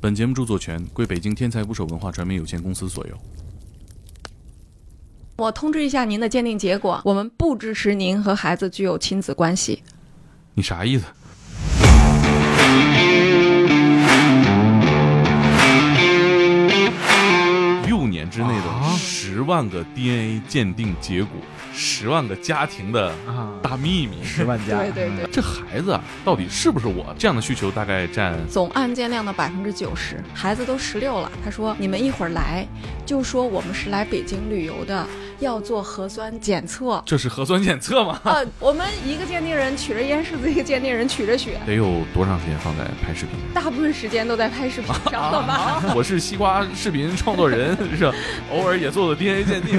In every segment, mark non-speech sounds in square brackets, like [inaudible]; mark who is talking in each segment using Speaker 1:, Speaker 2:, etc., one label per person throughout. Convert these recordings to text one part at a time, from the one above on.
Speaker 1: 本节目著作权归北京天才捕手文化传媒有限公司所有。
Speaker 2: 我通知一下您的鉴定结果，我们不支持您和孩子具有亲子关系。
Speaker 1: 你啥意思？六年之内的
Speaker 3: 啊
Speaker 1: 十万个 DNA 鉴定结果，十万个家庭的
Speaker 3: 啊，
Speaker 1: 大秘密。
Speaker 3: 十万加，
Speaker 2: [laughs] 对对对，
Speaker 1: 这孩子啊，到底是不是我？这样的需求大概占。
Speaker 2: 总案件量的百分之九十，孩子都十六了。他说：“你们一会儿来，就说我们是来北京旅游的，要做核酸检测 [laughs]
Speaker 1: 这是核酸检测吗？”
Speaker 2: 呃，我们一个鉴定人取着烟柿子，一个鉴定人取着血，
Speaker 1: 得有多长时间放在拍视频？
Speaker 2: 大部分时间都在拍视频上了 [laughs] 吧？
Speaker 1: [laughs] 我是西瓜视频创作人，是吧偶尔也做做 DNA 鉴 [laughs] 定。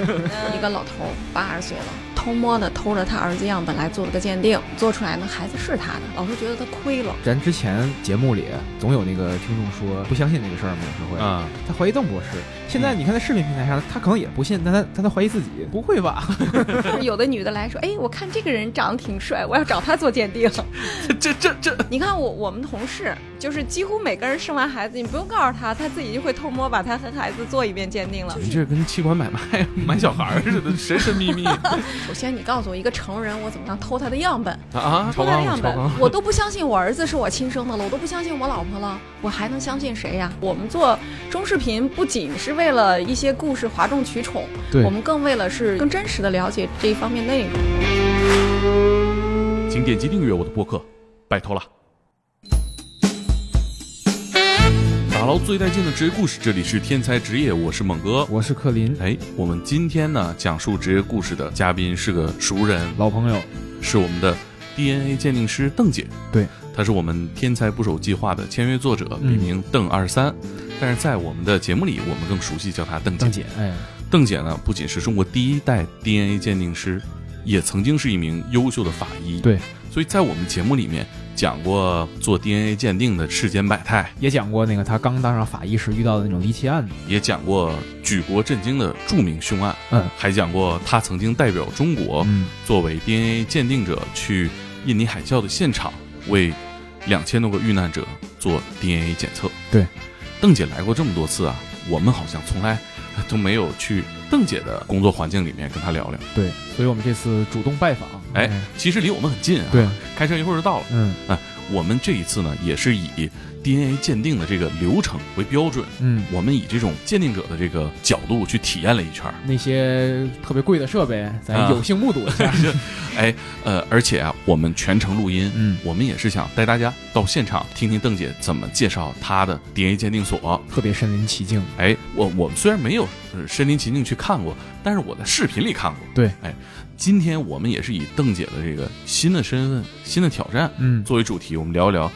Speaker 2: 一个老头儿八十岁了，偷摸的偷了他儿子样本来做了个鉴定，做出来呢，孩子是他的，老师觉得他亏了。
Speaker 3: 咱之前节目里总有那个听众说不相信这个事儿嘛，有时候会，
Speaker 1: 啊，嗯
Speaker 3: 他怀疑邓博士。现在你看在视频平台上，他可能也不信，但他但他怀疑自己，不会吧？
Speaker 2: 就是有的女的来说，哎，我看这个人长得挺帅，我要找他做鉴定。 [laughs]
Speaker 1: 这这这，
Speaker 2: 你看我我们同事，就是几乎每个人生完孩子，你不用告诉他，他自己就会偷摸把他和孩子做一遍鉴定了。
Speaker 1: 你 [laughs] 这跟器官买卖啊买小孩儿似的，神神秘 [laughs] 秘
Speaker 2: 首先，你告诉我一个成人，我怎么样偷他的样本？
Speaker 1: 啊！
Speaker 2: 偷他的样
Speaker 1: 超
Speaker 2: 本
Speaker 1: 纲，
Speaker 2: 我都不相信我儿子是我亲生的了，我都不相信我老婆了，我还能相信谁呀？我们做中视频不仅是为了一些故事哗众取宠，
Speaker 3: 对
Speaker 2: 我们更为了是更真实的了解这一方面内容。
Speaker 1: 请点击订阅我的播客，拜托了。打捞最带劲的职业故事，这里是天才职业，我是猛哥。
Speaker 3: 我是克林，
Speaker 1: 哎，我们今天呢讲述职业故事的嘉宾是个熟人，
Speaker 3: 老朋友，
Speaker 1: 是我们的 DNA 鉴定师邓姐。
Speaker 3: 对，
Speaker 1: 她是我们天才捕手计划的签约作者，
Speaker 3: 嗯
Speaker 1: 笔名邓二三。但是在我们的节目里，我们更熟悉叫她邓姐。
Speaker 3: 邓姐，哎，
Speaker 1: 邓姐呢，不仅是中国第一代 DNA 鉴定师，也曾经是一名优秀的法医。
Speaker 3: 对，
Speaker 1: 所以在我们节目里面讲过做 DNA 鉴定的世间百态，
Speaker 3: 也讲过那个他刚当上法医时遇到的那种离奇案子，
Speaker 1: 也讲过举国震惊的著名凶案，
Speaker 3: 嗯，
Speaker 1: 还讲过她曾经代表中国
Speaker 3: 嗯，
Speaker 1: 作为 DNA 鉴定者去印尼海啸的现场，为两千多个遇难者做 DNA 检测。
Speaker 3: 对，
Speaker 1: 邓姐来过这么多次啊，我们好像从来都没有去邓姐的工作环境里面跟她聊聊。
Speaker 3: 对，所以我们这次主动拜访，
Speaker 1: 哎，其实离我们很近啊，
Speaker 3: 对，
Speaker 1: 开车一会儿就到了。
Speaker 3: 嗯
Speaker 1: 我们这一次呢，也是以 DNA 鉴定的这个流程为标准，
Speaker 3: 嗯，
Speaker 1: 我们以这种鉴定者的这个角度去体验了一圈儿。
Speaker 3: 那些特别贵的设备，
Speaker 1: 啊
Speaker 3: 咱有幸目睹一下，
Speaker 1: 哎，呃，而且啊，我们全程录音，
Speaker 3: [laughs] 嗯，
Speaker 1: 我们也是想带大家到现场听听邓姐怎么介绍她的 DNA 鉴定所。
Speaker 3: 特别身临其境，
Speaker 1: 哎，我我们虽然没有呃身临其境去看过，但是我在视频里看过。
Speaker 3: 对，
Speaker 1: 哎，今天我们也是以邓姐的这个新的身份、新的挑战
Speaker 3: 嗯，
Speaker 1: 作为主题，我们聊一聊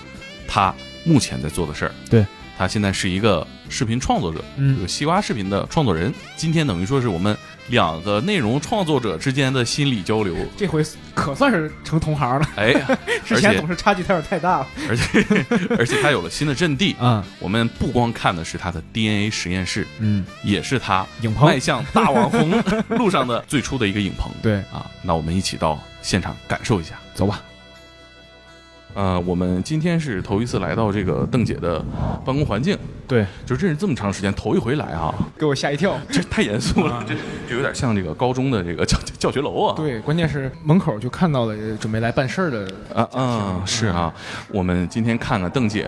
Speaker 1: 她目前在做的事儿。
Speaker 3: 对，
Speaker 1: 她现在是一个视频创作者，这
Speaker 3: 嗯
Speaker 1: 个，西瓜视频的创作人。今天等于说是我们两个内容创作者之间的心理交
Speaker 3: [laughs]
Speaker 1: 流。
Speaker 3: 这回可算是成同行了，
Speaker 1: 哎，
Speaker 3: 之前总是差距有点太大了，
Speaker 1: 而且而且他有了新的阵地。
Speaker 3: 啊，
Speaker 1: 我们不光看的是他的 DNA 实验室，
Speaker 3: 嗯，
Speaker 1: 也是他
Speaker 3: 影棚
Speaker 1: 迈向大网红路上的最初的一个影棚。
Speaker 3: 对，
Speaker 1: 啊，那我们一起到现场感受一下。
Speaker 3: 走吧，
Speaker 1: 呃，我们今天是头一次来到这个邓姐的办公环境，
Speaker 3: 对，
Speaker 1: 就认识这么长时间，头一回来啊，
Speaker 3: 给我吓一跳。
Speaker 1: [laughs] 这太严肃了，啊这这有点像这个高中的这个教教学楼啊。
Speaker 3: 对，关键是门口就看到了呃准备来办事儿的
Speaker 1: 啊啊，是啊，我们今天看看邓姐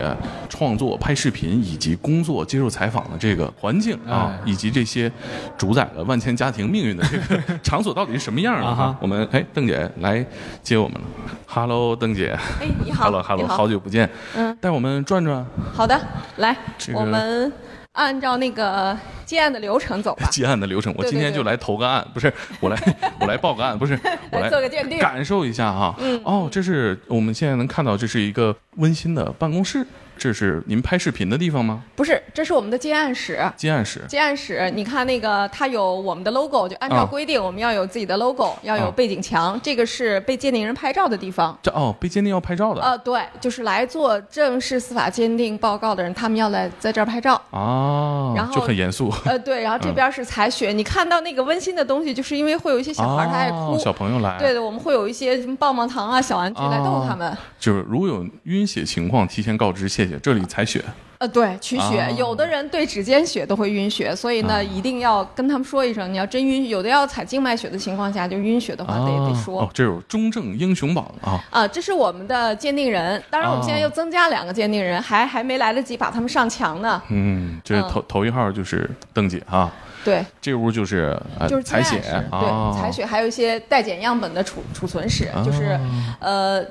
Speaker 1: 创作、拍视频以及工作、接受采访的这个环境啊
Speaker 3: 哎，
Speaker 1: 以及这些主宰了万千家庭命运的这 [laughs] 个场所到底是什么样的
Speaker 3: 啊
Speaker 1: 啊
Speaker 3: 哈？
Speaker 1: 我们哎，邓姐来接我们了，Hello，邓姐
Speaker 2: 哎，你
Speaker 1: ，Hello
Speaker 2: 好你
Speaker 1: Hello，
Speaker 2: 好
Speaker 1: 好，久不见，
Speaker 2: 嗯，
Speaker 1: 带我们转 [laughs] 转
Speaker 2: 好的，来，
Speaker 1: 这个。
Speaker 2: 我们按照那个接案的流程走吧
Speaker 1: 结案的流程。我
Speaker 2: 对
Speaker 1: 今
Speaker 2: 对
Speaker 1: 天
Speaker 2: 对
Speaker 1: 就来投个案，不是我来我来报个案，不是 [laughs] 我来
Speaker 2: [laughs] 来做个鉴定
Speaker 1: 感受一下哈。
Speaker 2: 嗯
Speaker 1: 哦，这是我们现在能看到，这是一个温馨的办公室。这是您拍视频的地方吗？
Speaker 2: 不是，这是我们的接案室。
Speaker 1: 接案室。
Speaker 2: 接案室，你看那个，它有我们的 logo，就按
Speaker 1: 啊
Speaker 2: 照规定，我们要有自己的 logo，、要
Speaker 1: 啊
Speaker 2: 有背景墙，这个是被鉴定人拍照的地方。
Speaker 1: 这哦，被鉴定要拍照的
Speaker 2: 呃，对，就是来做正式司法鉴定报告的人，他们要来在这儿拍
Speaker 1: [laughs]
Speaker 2: 照。
Speaker 1: 啊，
Speaker 2: 然后
Speaker 1: 就很严肃。
Speaker 2: 呃，对，然后
Speaker 1: 嗯
Speaker 2: 这边是采血，你看到那个温馨的东西，就是因为会有一些小孩儿他爱哭。
Speaker 1: 哦小朋友来，
Speaker 2: 对的，我们会有一些什么棒棒糖啊、小玩具来逗他们。
Speaker 1: 就是如果有晕血情况，提前告知，谢谢。这里采血
Speaker 2: 呃，对，取血，
Speaker 1: 啊
Speaker 2: 有的人对指尖血都会晕血，所以呢，
Speaker 1: 啊
Speaker 2: 一定要跟他们说一声，你要真晕，有的要采静脉血的情况下，就晕血的话、
Speaker 1: 啊
Speaker 2: 得得说。
Speaker 1: 哦，这有中正英雄榜啊，
Speaker 2: 啊，这是我们的鉴定人，当然我们现在
Speaker 1: 哦
Speaker 2: 又增加两个鉴定人，还还没来得及把他们上墙呢。
Speaker 1: 嗯，这
Speaker 2: 嗯
Speaker 1: 头、头一号就是邓姐啊，
Speaker 2: 对，
Speaker 1: 这屋就是呃
Speaker 2: 就是
Speaker 1: 采血
Speaker 2: 静脉
Speaker 1: 啊，
Speaker 2: 对，采血还有一些待检样本的储储存室，
Speaker 1: 啊
Speaker 2: 就是呃，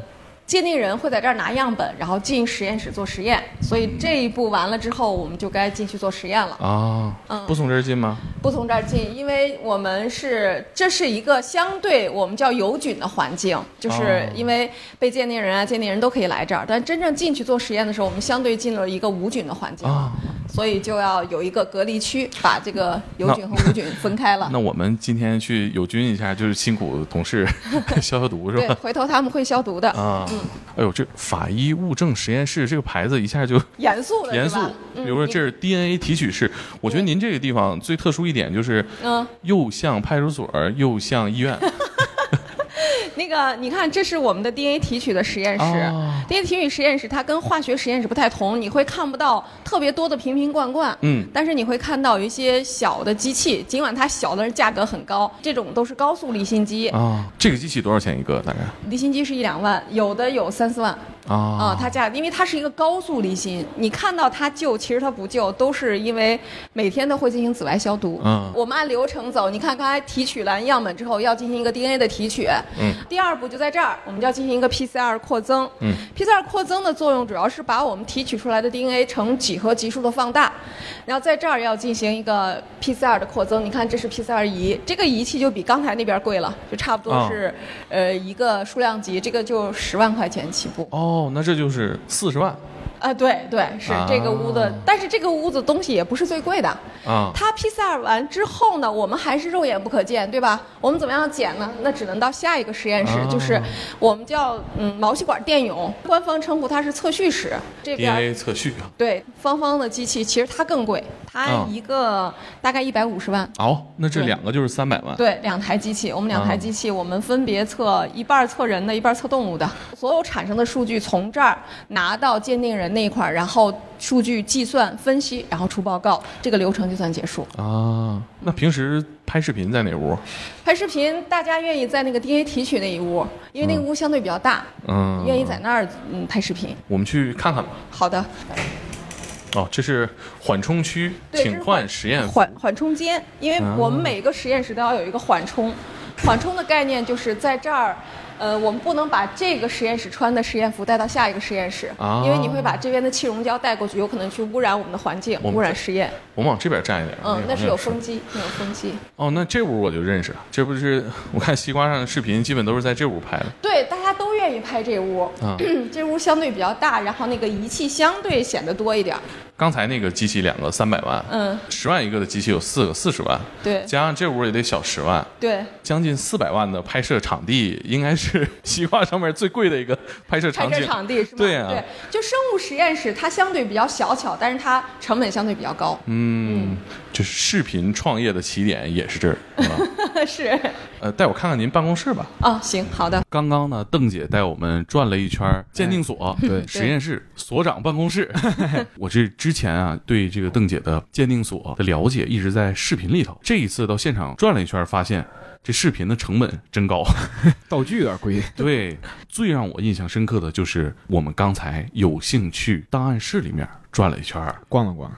Speaker 2: 鉴定人会在这儿拿样本，然后进实验室做实验。所以这一步完了之后，我们就该进去做实验了。
Speaker 1: 啊，
Speaker 2: 嗯
Speaker 1: 不从这儿进吗？
Speaker 2: 不从这儿进，因为我们是这是一个相对我们叫有菌的环境，就是
Speaker 1: 哦
Speaker 2: 因为被鉴定人啊、鉴定人都可以来这儿，但真正进去做实验的时候，我们相对进了一个无菌的环境，
Speaker 1: 啊，
Speaker 2: 所以就要有一个隔离区，把这个有菌和无菌分开了。
Speaker 1: [laughs] 那我们今天去友军一下，就是辛苦同事 [laughs] 消消毒是
Speaker 2: 对，嗯
Speaker 1: 吧？
Speaker 2: 回头他们会消毒的，
Speaker 1: 啊，哎呦，这法医物证实验室这个牌子一下就
Speaker 2: 严肃了，
Speaker 1: 严
Speaker 2: 是
Speaker 1: 肃
Speaker 2: 吧。嗯
Speaker 1: 比如说这是 DNA 提取室，我觉得您这个地方最特殊一点就是
Speaker 2: 嗯，
Speaker 1: 又像派出所又像医
Speaker 2: [laughs]
Speaker 1: 院
Speaker 2: 那个你看，这是我们的 DNA 提取的实验室。
Speaker 1: 啊，
Speaker 2: DNA 提取实验室它跟化学实验室不太同，你会看不到特别多的瓶瓶罐罐，
Speaker 1: 嗯，
Speaker 2: 但是你会看到有一些小的机器，尽管它小，但是价格很高。这种都是高速离心机，
Speaker 1: 啊，这个机器多少钱一个？大概
Speaker 2: 离心机是一两万，有的有三四万啊、
Speaker 1: 啊，
Speaker 2: 它价，因为它是一个高速离心，你看到它救，其实它不救，都是因为每天都会进行紫外消毒。
Speaker 1: 嗯
Speaker 2: 我们按流程走，你看刚才提取完样本之后，要进行一个 DNA 的提取，
Speaker 1: 嗯，
Speaker 2: 第二步就在这儿，我们就要进行一个 PCR 扩增。
Speaker 1: 嗯
Speaker 2: ，PCR 扩增的作用主要是把我们提取出来的 DNA 呈几何级数的放大，然后在这儿要进行一个 PCR 的扩增。你看，这是 PCR 仪，这个仪器就比刚才那边贵了，就差不多
Speaker 1: 哦
Speaker 2: 是、呃一个数量级，这个就十万块钱起步。
Speaker 1: 哦，那这就是四十万
Speaker 2: 啊，对对，是
Speaker 1: 啊
Speaker 2: 这个屋子，但是这个屋子东西也不是最贵的。
Speaker 1: 啊，
Speaker 2: 它 PCR 完之后呢，我们还是肉眼不可见，对吧？我们怎么样检呢？那只能到下一个实验室，
Speaker 1: 啊
Speaker 2: 就是我们叫嗯毛细管电泳，官方称呼它是测序室。这边儿
Speaker 1: DNA 测序啊，
Speaker 2: 对芳芳的机器，其实它更贵，它
Speaker 1: 啊
Speaker 2: 一个大概一百五十万。
Speaker 1: 哦，那这
Speaker 2: 对
Speaker 1: 两个就是三百万，
Speaker 2: 对，两台机器，我们两台机器，我们分别测一半儿测人的，一半儿测动物的。所有产生的数据从这儿拿到鉴定人那一块儿，然后数据计算、分析，然后出报告，这个流程就算结束。
Speaker 1: 啊，那平时拍视频在哪屋？
Speaker 2: 拍视频，大家愿意在那个 DNA 提取那一屋，因为那个屋相对比较大，
Speaker 1: 嗯，
Speaker 2: 愿意在那儿嗯拍视频。
Speaker 1: 我们去看看吧。
Speaker 2: 好的，
Speaker 1: 哦，这是缓冲区，
Speaker 2: 对这
Speaker 1: 请
Speaker 2: 是
Speaker 1: 换实验
Speaker 2: 缓缓冲间，因为
Speaker 1: 啊
Speaker 2: 我们每个实验室都要有一个缓
Speaker 1: [laughs]
Speaker 2: 冲。缓冲的概念就是在这儿，呃，我们不能把这个实验室穿的实验服带到下一个实验室，
Speaker 1: 啊
Speaker 2: 因为你会把这边的气溶胶带过去，有可能去污染我们的环境，
Speaker 1: 我们
Speaker 2: 污染实验。
Speaker 1: 我们往这边站一点。
Speaker 2: 嗯，
Speaker 1: 个
Speaker 2: 那
Speaker 1: 好
Speaker 2: 是
Speaker 1: 像
Speaker 2: 有风机，那有风机。
Speaker 1: 哦，那这屋我就认识了。这不是我看西瓜上的视频，基本都是在这屋拍的
Speaker 2: 对，大家都愿意拍这屋， [clears throat]
Speaker 1: 啊。
Speaker 2: 这屋相对比较大，然后那个仪器相对显得多一点儿。
Speaker 1: 刚才那个机器两个三百万，
Speaker 2: 嗯，
Speaker 1: 十万一个的机器有四个，四十万，
Speaker 2: 对
Speaker 1: 加上这屋也得小十万，
Speaker 2: 对，
Speaker 1: 将近四百万的拍摄场地，应该是 [laughs] 西瓜上面最贵的一个拍摄
Speaker 2: 拍
Speaker 1: 场
Speaker 2: 摄
Speaker 1: 景。
Speaker 2: 场地是吗？
Speaker 1: 对啊
Speaker 2: 就生物实验室它相对比较小巧，但是它成本相对比较高。
Speaker 1: 嗯，就是视频创业的起点也是这儿，是吧？
Speaker 2: [laughs] 是
Speaker 1: 呃，带我看看您办公室吧。
Speaker 2: 哦，行，好的。
Speaker 1: 刚刚呢，邓姐带我们转了一圈儿鉴定所、
Speaker 3: 对
Speaker 1: 实验室、所长办公 [laughs] 室。我这之前啊，对这个邓姐的鉴定所的了解一直在视频里头，这一次到现场转了一圈儿，发现这视频的成本真 [laughs] 高。
Speaker 3: 道具有啊点贵，
Speaker 1: 对，最让我印象深刻的就是我们刚才有幸去档案室里面转了一圈儿， [laughs]
Speaker 3: 逛了 [laughs] 逛，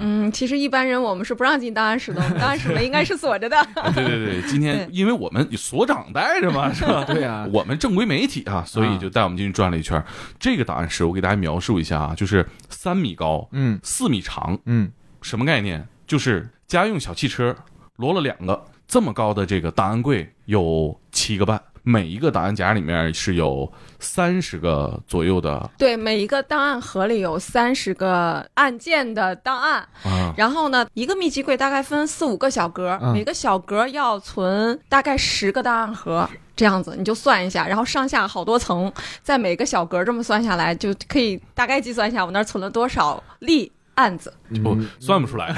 Speaker 2: 嗯，其实一般人我们是不让进档案室的，我们档案室门应该是锁着的。 [laughs]
Speaker 1: 啊对对对，今天因为我们所长带着 [laughs] 嘛，是吧？
Speaker 3: 对啊
Speaker 1: 我们正规媒体啊，所以就带我们进去转了一圈儿。这个档案室我给大家描述一下啊，就是三米高，
Speaker 3: 嗯
Speaker 1: 四米长，
Speaker 3: 嗯，
Speaker 1: 什么概念？就是家用小汽车摞了两个，这么高的这个档案柜有七个半，每一个档案夹里面是有三十个左右的
Speaker 2: 对，每一个档案盒里有三十个案件的档案，
Speaker 1: 啊。
Speaker 2: 然后呢，一个密集柜大概分四五个小格，
Speaker 3: 嗯
Speaker 2: 每个小格要存大概十个档案盒。这样子你就算一下，然后上下好多层，在每个小格这么算下来，就可以大概计算一下我那儿存了多少例案子，
Speaker 3: 嗯哦
Speaker 1: 不算不出来。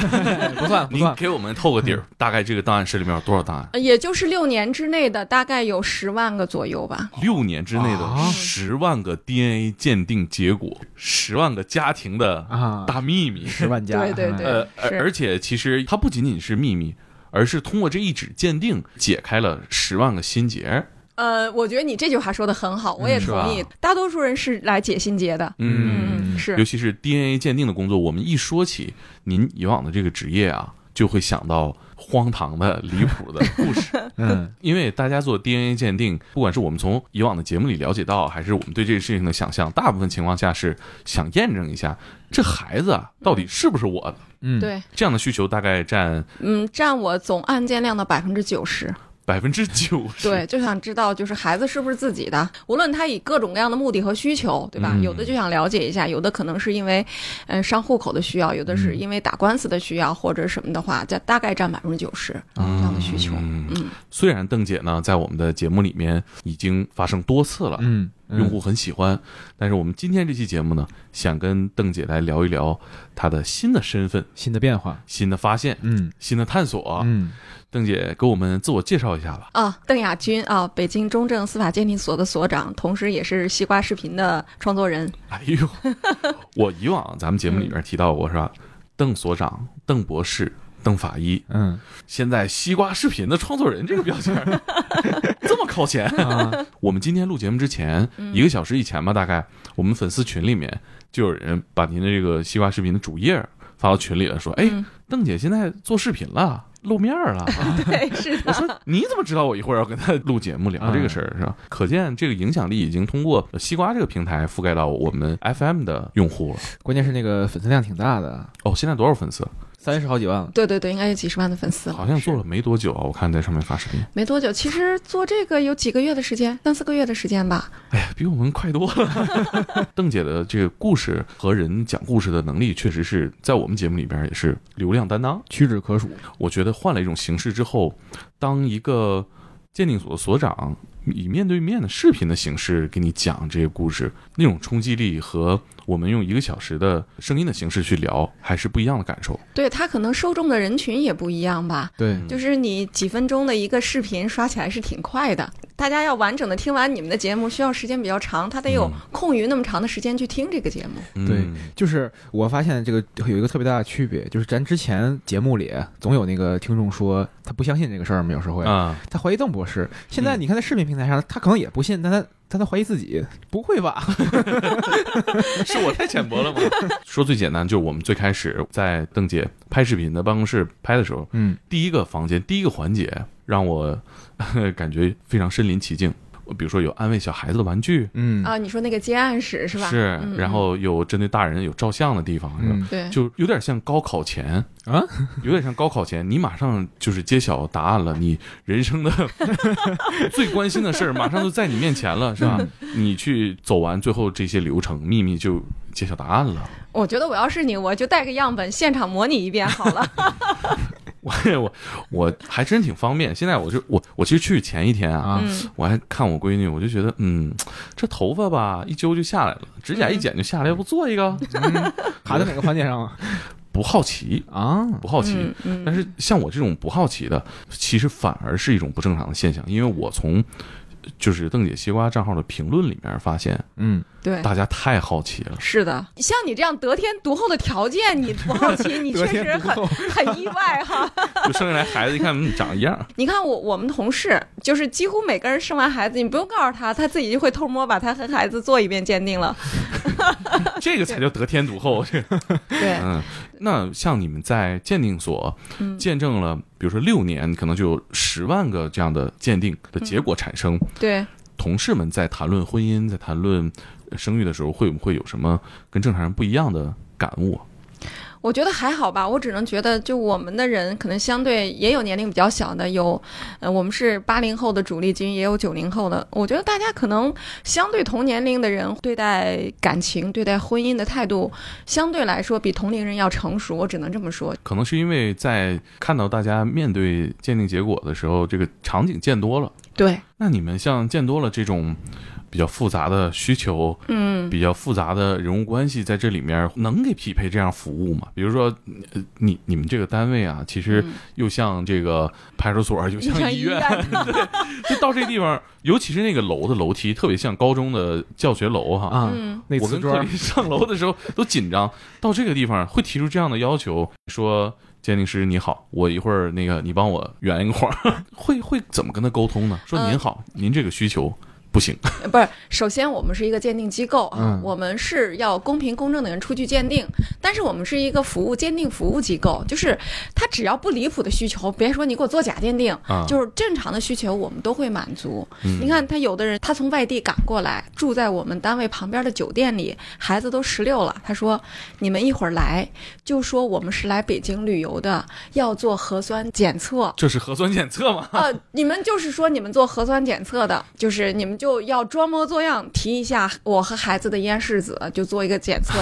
Speaker 3: 不算不
Speaker 1: 您
Speaker 3: 算，
Speaker 1: 给我们透个底儿，大概这个档案室里面有多少档案？
Speaker 2: 呃也就是六年之内的大概有十万个左右吧。
Speaker 1: 六年之内的
Speaker 3: 啊
Speaker 1: 十万个 DNA 鉴定结果，十万个家庭的
Speaker 3: 啊，
Speaker 1: 大秘密。
Speaker 3: 十万加，
Speaker 2: 对对对
Speaker 1: 呃，
Speaker 2: 是
Speaker 1: 而而且其实它不仅仅是秘密，而是通过这一纸鉴定解开了十万个心结。
Speaker 2: 呃，我觉得你这句话说的很好，我也
Speaker 1: 嗯是
Speaker 2: 同
Speaker 1: 吧
Speaker 2: 意。大多数人是来解心结的，
Speaker 1: 嗯
Speaker 2: 嗯，是
Speaker 1: 尤其是 DNA 鉴定的工作，我们一说起您以往的这个职业啊，就会想到荒唐的、 [laughs] 离谱的故事。
Speaker 3: 嗯
Speaker 1: 因为大家做 DNA 鉴定，不管是我们从以往的节目里了解到，还是我们对这个事情的想象，大部分情况下是想验证一下这孩子啊到底是不是我的。
Speaker 3: 嗯，
Speaker 2: 对，
Speaker 1: 这样的需求大概占
Speaker 2: 嗯，占我总案件量的百分之九十。
Speaker 1: 百分之九十。
Speaker 2: 对，就想知道就是孩子是不是自己的，无论他以各种各样的目的和需求，对吧？
Speaker 1: 嗯
Speaker 2: 有的就想了解一下，有的可能是因为，嗯、上户口的需要，有的
Speaker 1: 嗯
Speaker 2: 是因为打官司的需要或者什么的话，这大概占百分之九十
Speaker 3: 啊
Speaker 2: 这样的需求。嗯，
Speaker 1: 虽然邓姐呢在我们的节目里面已经发生多次了，
Speaker 3: 嗯，嗯
Speaker 1: 用户很喜欢，但是我们今天这期节目呢，想跟邓姐来聊一聊她的新的身份、
Speaker 3: 嗯新的变化，
Speaker 1: 新的发现、
Speaker 3: 嗯
Speaker 1: 新的探索。
Speaker 3: 嗯，
Speaker 1: 邓姐给我们自我介绍一下
Speaker 3: [laughs]
Speaker 1: 吧。
Speaker 2: 啊，邓亚军啊，北京中正司法鉴定所的所长，同时也是西瓜视频的创作人。
Speaker 1: 哎呦，我以往咱们节目里面提到过是吧？邓所长、邓博士、邓法医，
Speaker 3: [laughs] 嗯
Speaker 1: 现在西瓜视频的创作人这个标签
Speaker 3: [laughs]
Speaker 1: 儿这么靠前。
Speaker 3: 啊，
Speaker 1: 我们今天录节目之前，
Speaker 2: 嗯
Speaker 1: 一个小时以前吧，大概我们粉丝群里面就有人把您的这个西瓜视频的主页发到群里了，说：“哎，
Speaker 2: 嗯
Speaker 1: 邓姐现在做视频了，露面儿了。
Speaker 2: 对，是”
Speaker 1: 我
Speaker 2: 的， [laughs]
Speaker 1: 说：“你怎么知道我一会儿要跟他录节目聊
Speaker 3: 嗯
Speaker 1: 这个事儿是吧？”可见这个影响力已经通过西瓜这个平台覆盖到我们 FM 的用户了。
Speaker 3: 关键是那个粉丝量挺大的，
Speaker 1: 哦，现在多少粉丝？
Speaker 3: 三十好几万了。
Speaker 2: 对对对，应该有几十万的粉丝了。
Speaker 1: 好像做了没多久啊，我看在上面发视频，
Speaker 2: 没多久，其实做这个有几个月的时间，三四个月的时间吧。
Speaker 1: 哎呀，比我们快多了。 [laughs] 邓姐的这个故事和人讲故事的能力，确实是在我们节目里边也是流量担当。
Speaker 3: 屈指可数，
Speaker 1: 我觉得换了一种形式之后，当一个鉴定所的所长以面对面的视频的形式给你讲这些故事，那种冲击力和我们用一个小时的声音的形式去聊，还是不一样的感受。
Speaker 2: 对他可能受众的人群也不一样吧，
Speaker 3: 对
Speaker 1: 嗯
Speaker 2: 就是你几分钟的一个视频刷起来是挺快的，大家要完整的听完你们的节目需要时间比较长，他得有
Speaker 1: 嗯
Speaker 2: 空余那么长的时间去听这个节目。
Speaker 3: 对
Speaker 1: 嗯，
Speaker 3: 就是我发现这个有一个特别大的区别，就是咱之前节目里总有那个听众说他不相信这个事儿嘛，有时候会、
Speaker 1: 啊，
Speaker 3: 他怀疑邓博士。现在
Speaker 1: 嗯
Speaker 3: 你看在视频平台上，他可能也不信，但他但他怀疑自己，不会吧？
Speaker 1: 是我太浅薄了吗？说最简单，就是我们最开始在邓姐拍视频的办公室拍的时候，
Speaker 3: 嗯
Speaker 1: 第一个房间、第一个环节让我呃感觉非常身临其境。比如说有安慰小孩子的玩具，
Speaker 3: 嗯
Speaker 2: 啊，你说那个接案室是吧？
Speaker 1: 是
Speaker 2: 嗯，
Speaker 1: 然后有针对大人有照相的地方，是吧？
Speaker 3: 嗯
Speaker 2: 对，
Speaker 1: 就有点像高考前
Speaker 3: 啊，
Speaker 1: 有点像高考前，你马上就是揭晓答案了，你人生的 [laughs] 最关心的事儿马上就在你面前了，是吧？
Speaker 2: 嗯
Speaker 1: 你去走完最后这些流程，秘密就揭晓答案了。 [laughs]
Speaker 2: 我觉得我要是你，我就带个样本现场模拟一遍好了。
Speaker 1: 我我我还真挺方便。现在我就我我其实去前一天 [laughs] 啊，
Speaker 3: 啊
Speaker 2: 嗯，
Speaker 1: 我还看我闺女，我就觉得嗯，这头发吧一揪就下来了，指甲一
Speaker 2: 嗯
Speaker 1: 剪就下来，要不做一个？
Speaker 3: 卡在哪个环节
Speaker 1: [laughs]
Speaker 3: 上了
Speaker 1: 不好奇，
Speaker 3: 啊？
Speaker 1: 不好奇。
Speaker 2: 嗯嗯，
Speaker 1: 但是像我这种不好奇的，其实反而是一种不正常的现象，因为我从。就是邓姐西瓜账号的评论里面发现，
Speaker 3: 嗯，
Speaker 2: 对。
Speaker 1: 大家太好奇了。
Speaker 2: 是的，像你这样得天独厚的条件，你不好
Speaker 1: [laughs]
Speaker 2: 奇，你确实
Speaker 3: 得天独
Speaker 2: 很 [laughs] 很意外哈。 [laughs]
Speaker 1: 就生下来孩子一看，嗯，长一样。
Speaker 2: 你看我我们同事，就是几乎每个人生完孩子，你不用告诉他，他自己就会偷摸把他和孩子做一遍鉴定了。
Speaker 1: 这个才叫得天独厚。
Speaker 2: 对，
Speaker 1: 嗯， [laughs] 那像你们在鉴定所
Speaker 2: 嗯
Speaker 1: 见证了，比如说六年，可能就有十万个这样的鉴定的结果产生。
Speaker 2: 对，
Speaker 1: 同事们在谈论婚姻、在谈论生育的时候，会不会有什么跟正常人不一样的感悟？啊
Speaker 2: 我觉得还好吧，我只能觉得，就我们的人可能相对也有年龄比较小的，有，呃，我们是八零后的主力军，也有九零后的。我觉得大家可能相对同年龄的人对待感情、对待婚姻的态度，相对来说比同龄人要成熟，我只能这么说。
Speaker 1: 可能是因为在看到大家面对鉴定结果的时候，这个场景见多了，
Speaker 2: 对，
Speaker 1: 那你们像见多了这种比较复杂的需求，
Speaker 2: 嗯，
Speaker 1: 比较复杂的人物关系，在这里面能给匹配这样服务吗？比如说，呃你你们这个单位啊，其实
Speaker 2: 嗯
Speaker 1: 又像这个 [laughs] 派出所，又像医
Speaker 2: [laughs]
Speaker 1: 院，就到这地方，尤其是那个楼的楼梯，特别像高中的教学楼哈。
Speaker 3: 啊，
Speaker 2: 嗯，
Speaker 3: 那
Speaker 1: 我
Speaker 3: 瓷
Speaker 1: 跟
Speaker 3: 砖
Speaker 1: 克
Speaker 3: 儿
Speaker 1: 林上楼的时候都紧张，到这个地方会提出这样的要求，说鉴定师你好，我一会儿那个你帮我圆一个谎， [laughs] 会会怎么跟他沟通呢？说
Speaker 2: 嗯
Speaker 1: 您好，您这个需求不行，
Speaker 2: 呃不是，首先我们是一个鉴定机构啊，
Speaker 3: 嗯
Speaker 2: 我们是要公平公正的人出具鉴定，但是我们是一个服务鉴定服务机构，就是他只要不离谱的需求，别说你给我做假鉴定，
Speaker 1: [laughs] 啊
Speaker 2: 就是正常的需求我们都会满足。
Speaker 1: 嗯
Speaker 2: 你看他有的人他从外地赶过来，住在我们单位旁边的酒店里，孩子都十六了，他说你们一会儿来就说我们是来北京旅游的，要做核酸检测，
Speaker 1: 这是核酸检测 [laughs] 吗？
Speaker 2: 呃，你们就是说你们做核酸检测的，就是你们就要装模作样提一下我和孩子的咽拭子，就做一个检
Speaker 1: [laughs]
Speaker 2: 测。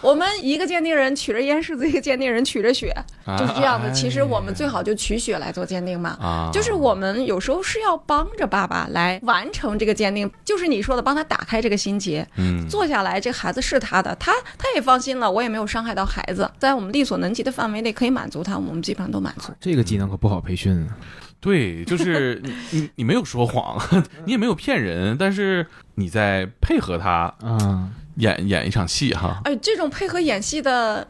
Speaker 2: 我们一个鉴定人取着咽拭子，一个鉴定人取着血， [laughs] 就是这样的。其实我们最好就取血来做鉴定嘛。
Speaker 1: 啊，
Speaker 2: 就是我们有时候是要帮着爸爸来完成这个鉴定，就是你说的帮他打开这个心结，
Speaker 1: 嗯
Speaker 2: 坐下来，这孩子是他的，他他也放心了，我也没有伤害到孩子，在我们力所能及的范围内可以满足他，我们基本上都满足。
Speaker 3: 这个技能可不好培训啊。
Speaker 1: 对，就是 [laughs] 你你你没有说谎， [laughs] 你也没有骗人，但是你在配合他嗯
Speaker 3: 啊
Speaker 1: 演演一场戏哈。
Speaker 2: 哎，这种配合演戏的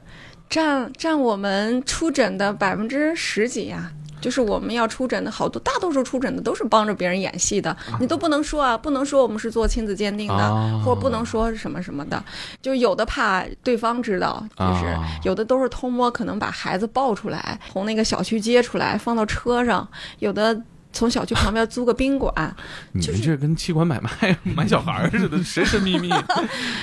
Speaker 2: 占占我们出诊的百分之十几呀、就是我们要出诊的好多，大多数出诊的都是帮着别人演戏的，你都不能说啊，不能说我们是做亲子鉴定的，
Speaker 1: 啊
Speaker 2: 或者不能说什么什么的，就有的怕对方知道，就是、
Speaker 1: 啊
Speaker 2: 有的都是偷摸，可能把孩子抱出来，从那个小区接出来，放到车上，有的从小区旁边租个宾馆，
Speaker 1: 你
Speaker 2: 就
Speaker 1: 们
Speaker 2: 是
Speaker 1: 这跟妻管买卖 [laughs] 买小孩儿似
Speaker 2: [laughs]
Speaker 1: 的，神神秘秘。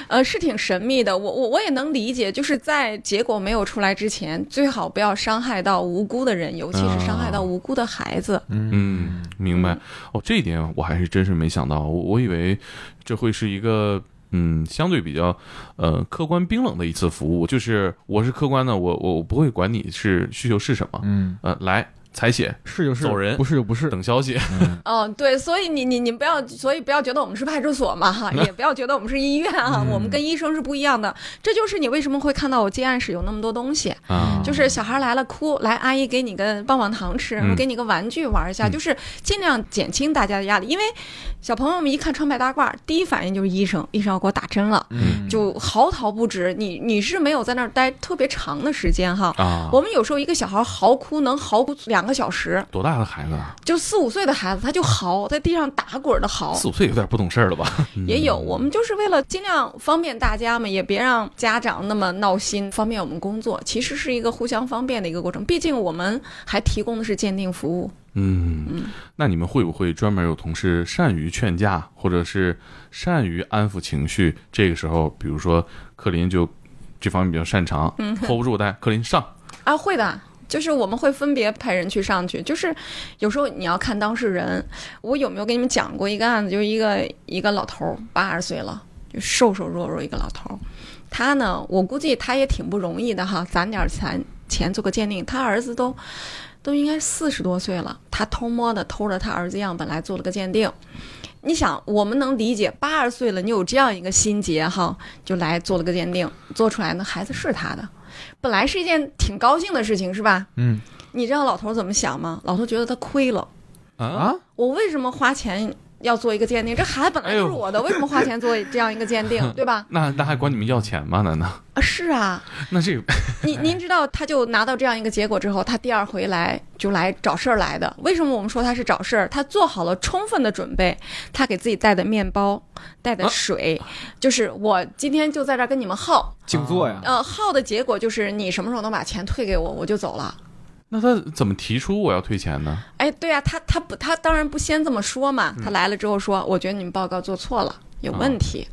Speaker 2: 呃，是挺神秘的，我我我也能理解，就是在结果没有出来之前，最好不要伤害到无辜的人，尤其是伤害到无辜的孩子。
Speaker 1: 嗯，啊明白。哦，这一点我还是真是没想到，我我以为这会是一个。嗯，相对比较，呃，客观冰冷的一次服务，就是我是客观的，我我我不会管你是需求是什么，
Speaker 3: 嗯，
Speaker 1: 呃，来采血
Speaker 3: 是就是，
Speaker 1: 走人
Speaker 3: 不是就不是。
Speaker 1: 等消息，
Speaker 3: 嗯
Speaker 2: 嗯，对，所以你你你不要，所以不要觉得我们是派出所嘛，哈，也不要觉得我们是医院啊，
Speaker 1: 嗯
Speaker 2: 我们跟医生是不一样的。这就是你为什么会看到我接案室有那么多东西，
Speaker 1: 啊，
Speaker 2: 就是小孩来了哭，来阿姨给你个棒棒糖吃，
Speaker 1: 嗯
Speaker 2: 给你个玩具玩一下，
Speaker 1: 嗯
Speaker 2: 就是尽量减轻大家的压力。因为小朋友们一看穿白大褂，第一反应就是医生，医生要给我打针了。
Speaker 1: 嗯
Speaker 2: 就嚎啕不止。你你是没有在那儿待特别长的时间哈。
Speaker 1: 啊，
Speaker 2: 我们有时候一个小孩嚎哭能嚎哭两个小时，
Speaker 1: 多大的孩子啊？
Speaker 2: 就四五岁的孩子他就嚎，在地上打滚的嚎。
Speaker 1: 四五岁有点不懂事儿了吧？
Speaker 2: 哦
Speaker 1: 嗯
Speaker 2: 也有，我们就是为了尽量方便大家嘛，也别让家长那么闹心，方便我们工作。其实是一个互相方便的一个过程，毕竟我们还提供的是鉴定服务。
Speaker 1: 嗯，那你们会不会专门有同事善于劝架，或者是善于安抚情绪？这个时候，比如说克林就这方面比较擅长，hold
Speaker 2: 嗯
Speaker 1: 不住，但克林
Speaker 2: [laughs]
Speaker 1: 上，
Speaker 2: 啊，会的。就是我们会分别派人去上去，就是有时候你要看当事人。我有没有跟你们讲过一个案子？就是一个一个老头儿，八十岁了，就瘦瘦弱弱一个老头儿。他呢，我估计他也挺不容易的哈，攒点儿钱钱做个鉴定。他儿子都都应该四十多岁了，他偷摸的偷着他儿子样本来做了个鉴定。你想，我们能理解，八十岁了，你有这样一个心结哈，就来做了个鉴定，做出来呢，孩子是他的。本来是一件挺高兴的事情，是吧？
Speaker 3: 嗯
Speaker 2: 你知道老头儿怎么想吗？老头儿觉得他亏了，
Speaker 1: 啊
Speaker 3: 啊，
Speaker 2: 我为什么花钱要做一个鉴定？这孩子本来就是我的，为什么花钱做这样一个鉴定，对吧？
Speaker 1: 那那还管你们要钱吗？难道？ [laughs]
Speaker 2: 啊，是啊，
Speaker 1: 那这个
Speaker 2: 您您知道，他就拿到这样一个结果之后，他第二回来就来找事儿来的。为什么我们说他是找事儿？他做好了充分的准备，他给自己带的面包、带的水，就是我今天就在这儿跟你们耗，
Speaker 3: 静坐呀，
Speaker 2: 呃，耗的结果就是你什么时候能把钱退给我，我就走了。
Speaker 1: 那他怎么提出我要退钱呢？
Speaker 2: 哎，对呀、他他不，他当然不先这么说嘛。他来了之后说，我觉得你们报告做错了，有问题。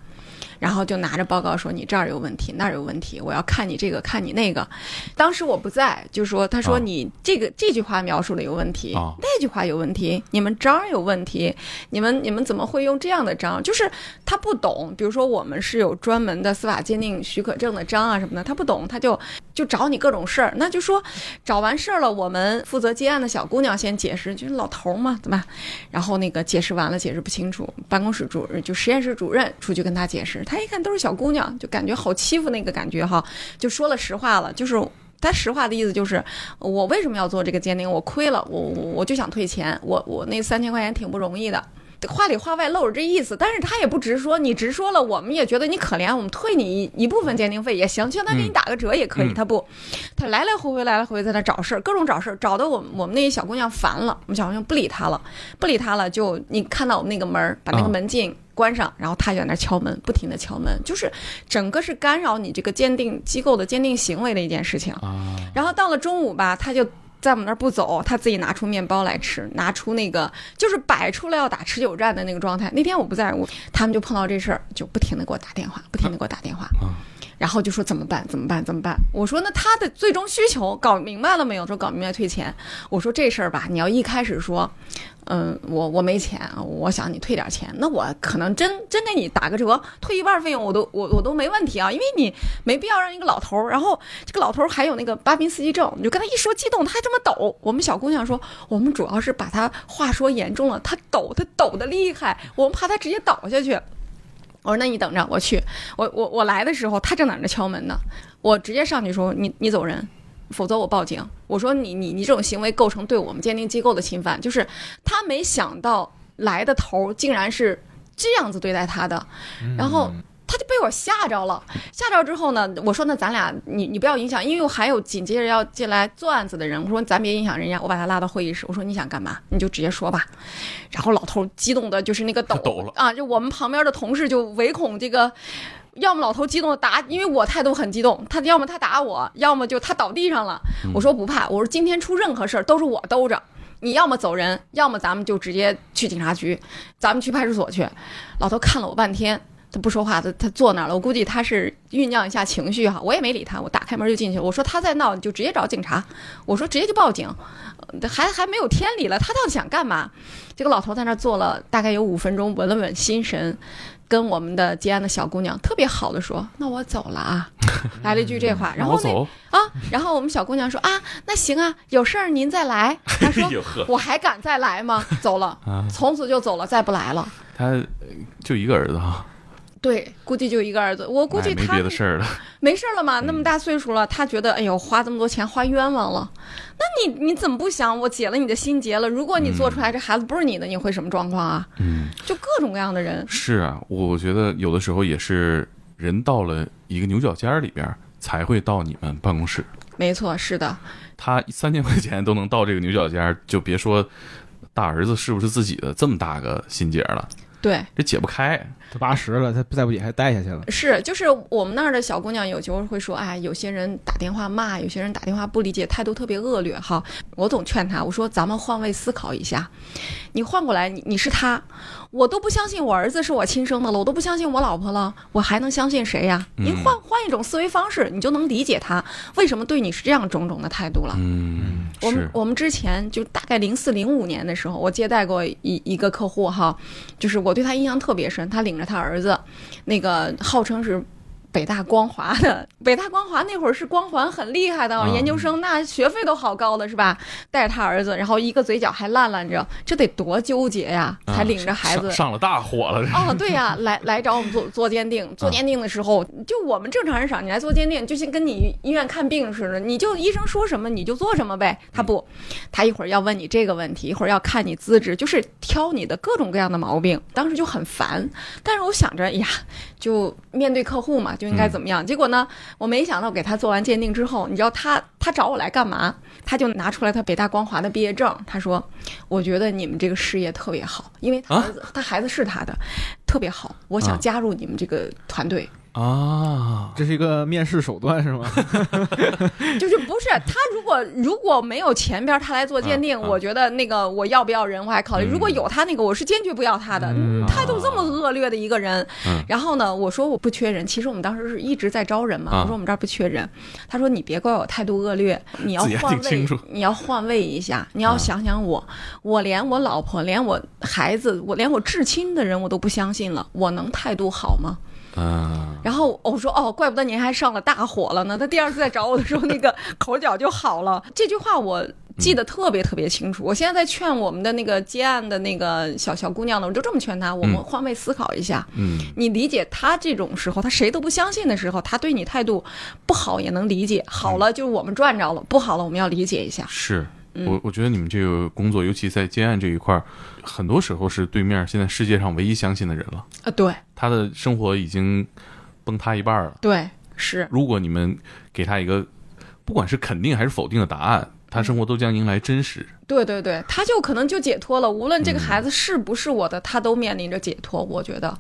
Speaker 2: 然后就拿着报告说你这儿有问题，那儿有问题，我要看你这个，看你那个。当时我不在，就说他说
Speaker 1: 啊
Speaker 2: 你这个、这句话描述的有问题，
Speaker 1: 啊
Speaker 2: 那句话有问题，你们章儿有问题，你们你们怎么会用这样的章儿？就是他不懂，比如说我们是有专门的司法鉴定许可证的章啊什么的，他不懂，他就就找你各种事儿，那就说找完事儿了，我们负责接案的小姑娘先解释，就是老头儿嘛，对吧？然后那个解释完了，解释不清楚，办公室主任就实验室主任出去跟他解释，他一看都是小姑娘，就感觉好欺负那个感觉哈，就说了实话了，就是。他实话的意思就是，我为什么要做这个鉴定？我亏了，我我我就想退钱，我我那三千块钱挺不容易的，话里话外露着这意思，但是他也不直说，你直说了，我们也觉得你可怜，我们退你一一部分鉴定费也行，相当于给你打个折也可以。
Speaker 1: 嗯
Speaker 2: 他不，他来来回回来来回回在那找事儿，各种找事儿，找的我们我们那小姑娘烦了，我们小姑娘不理他了，不理他了，就你看到我们那个门儿，把那个
Speaker 1: 啊
Speaker 2: 门禁关上，然后他就在那儿敲门，不停的敲门，就是整个是干扰你这个鉴定机构的鉴定行为的一件事情。
Speaker 1: 啊，
Speaker 2: 然后到了中午吧，他就在我们那儿不走，他自己拿出面包来吃，拿出那个就是摆出了要打持久战的那个状态。那天我不在，我他们就碰到这事儿，就不停的给我打电话，不停的给我打电话，
Speaker 1: 啊
Speaker 2: 然后就说怎么办，怎么办，怎么办？我说那他的最终需求搞明白了没有？说搞明白退钱。我说这事儿吧，你要一开始说。嗯，我我没钱，我想你退点钱，那我可能真真给你打个折，退一半费用我都我我都没问题啊，因为你没必要让一个老头儿，然后这个老头儿还有那个巴宾斯基症，你就跟他一说激动，他还这么抖。我们小姑娘说，我们主要是把他话说严重了，他抖，他抖的厉害，我们怕他直接倒下去。我说那你等着，我去，我我我来的时候，他正在那敲门呢，我直接上去说你你走人，否则我报警。我说你你你这种行为构成对我们鉴定机构的侵犯，就是他没想到来的头儿竟然是这样子对待他的，然后他就被我吓着了。吓着之后呢，我说那咱俩你你不要影响，因为我还有紧接着要进来做案子的人，我说咱别影响人家，我把他拉到会议室，我说你想干嘛你就直接说吧。然后老头激动的就是那个抖
Speaker 1: 抖了
Speaker 2: 啊，就我们旁边的同事就唯恐这个。要么老头激动的打，因为我态度很激动，他要么他打我，要么就他倒地上了。我说不怕，我说今天出任何事儿都是我兜着，你要么走人，要么咱们就直接去警察局，咱们去派出所去。老头看了我半天，他不说话，他他坐那儿了。我估计他是酝酿一下情绪哈，我也没理他，我打开门就进去了。我说他在闹，你就直接找警察。我说直接就报警，呃还还没有天理了，他到底想干嘛？这个老头在那儿坐了大概有五分钟，稳了稳心神，跟我们的接案的小姑娘特别好的说：“那我走了啊。”来了一句
Speaker 1: [laughs]
Speaker 2: 这话，然
Speaker 1: 那我
Speaker 2: 后那
Speaker 1: 走，
Speaker 2: 啊，然后我们小姑娘说：“啊，那行啊，有事儿您再来。”他说
Speaker 1: 哎呦呵：“
Speaker 2: 我还敢再来吗？”走了，
Speaker 1: [laughs] 啊，
Speaker 2: 从此就走了，再不来了。
Speaker 1: 他呃就一个儿子哈，
Speaker 2: 对，估计就一个儿子。我估计
Speaker 1: 哎没
Speaker 2: 他
Speaker 1: 别的事儿了，
Speaker 2: 没事儿了嘛，那么大岁数了，他觉得哎呦花这么多钱花冤枉了。那你你怎么不想我解了你的心结了？如果你做出来这孩子不是你的，你会什么状况啊？
Speaker 1: 嗯。
Speaker 2: 就各种各样的人，
Speaker 1: [laughs] 是啊，我觉得有的时候也是人到了一个牛角尖儿里边儿，才会到你们办公室。
Speaker 2: 没错，是的，
Speaker 1: 他三千块钱都能到这个牛角尖儿，就别说大儿子是不是自己的这么大个心结了，
Speaker 2: 对。
Speaker 1: 这解不开。
Speaker 3: 都八十了，他再不也还待下去了？
Speaker 2: 是，就是我们那儿的小姑娘有时候会说，哎，有些人打电话骂，有些人打电话不理解，态度特别恶劣哈。我总劝她，我说咱们换位思考一下，你换过来，你你是他，我都不相信我儿子是我亲生的了，我都不相信我老婆了，我还能相信谁呀？你换换一种思维方式，你就能理解他为什么对你是这样种种的态度了。
Speaker 1: 嗯，
Speaker 2: 我们
Speaker 1: 是
Speaker 2: 我们之前就大概零四零五年的时候，我接待过一一个客户哈，就是我对他印象特别深，他领着他儿子，那个号称是。北大光华的， [laughs] 北大光华那会儿是光环很厉害的、
Speaker 1: 啊
Speaker 2: 研究生，那学费都好高的是吧？带着他儿子，然后一个嘴角还烂烂着，这得多纠结呀！
Speaker 1: 啊
Speaker 2: 才领着孩子
Speaker 1: 上上了大火了，这
Speaker 2: 哦，对呀、来来找我们做做鉴定，做鉴定的时候，就我们正常人想，你来做鉴定，就像跟你医院看病似的，你就医生说什么你就做什么呗。他不，他一会儿要问你这个问题，一会儿要看你资质，就是挑你的各种各样的毛病。当时就很烦，但是我想着，哎呀，就面对客户嘛，就应该怎么样。结果呢，我没想到给他做完鉴定之后，你知道他他找我来干嘛？他就拿出来他北大光华的毕业证，他说：“我觉得你们这个事业特别好，因为他
Speaker 1: 啊
Speaker 2: 儿子、他孩子是他的，特别好，我想
Speaker 1: 啊
Speaker 2: 加入你们这个团队。
Speaker 1: 啊，
Speaker 3: 这是一个面试手段是吗？
Speaker 2: [laughs] 就是不是他如果如果没有前边他来做鉴定，
Speaker 1: 啊啊
Speaker 2: 我觉得那个我要不要人我还考虑，
Speaker 1: 嗯
Speaker 2: 如果有他那个，我是坚决不要他的。
Speaker 3: 嗯
Speaker 2: 态度这么恶劣的一个人，
Speaker 1: 嗯
Speaker 2: 然后呢，我说我不缺人，其实我们当时是一直在招人嘛，
Speaker 1: 啊
Speaker 2: 我说我们这儿不缺人，他说你别怪我态度恶劣，你要
Speaker 1: 自己还
Speaker 2: 换
Speaker 1: 挺清
Speaker 2: 位
Speaker 1: 楚，
Speaker 2: 你要换位一下，你要
Speaker 1: 啊
Speaker 2: 想想我，我连我老婆，连我孩子，我连我至亲的人我都不相信了，我能态度好吗？
Speaker 1: 嗯，
Speaker 2: 然后我说哦，怪不得您还上了大火了呢。他第二次再找我的时候，那个口角就好了。这句话我记得特别特别清楚。我现在在劝我们的那个接案的那个小小姑娘呢，我就这么劝她：我们换位思考一下，
Speaker 1: 嗯，
Speaker 2: 你理解她这种时候，她谁都不相信的时候，她对你态度不好也能理解。好了，就是我们赚着了；不好了，我们要理解一下。
Speaker 1: 是。
Speaker 2: 嗯
Speaker 1: 我我觉得你们这个工作，尤其在接案这一块儿，很多时候是对面现在世界上唯一相信的人了，
Speaker 2: 啊，对
Speaker 1: 他的生活已经崩塌一半儿了。
Speaker 2: 对是，
Speaker 1: 如果你们给他一个，不管是肯定还是否定的答案，他生活都将迎来真实。
Speaker 2: 对对对，她就可能就解脱了。无论这个孩子是不是我的，她都面临着解脱。我觉得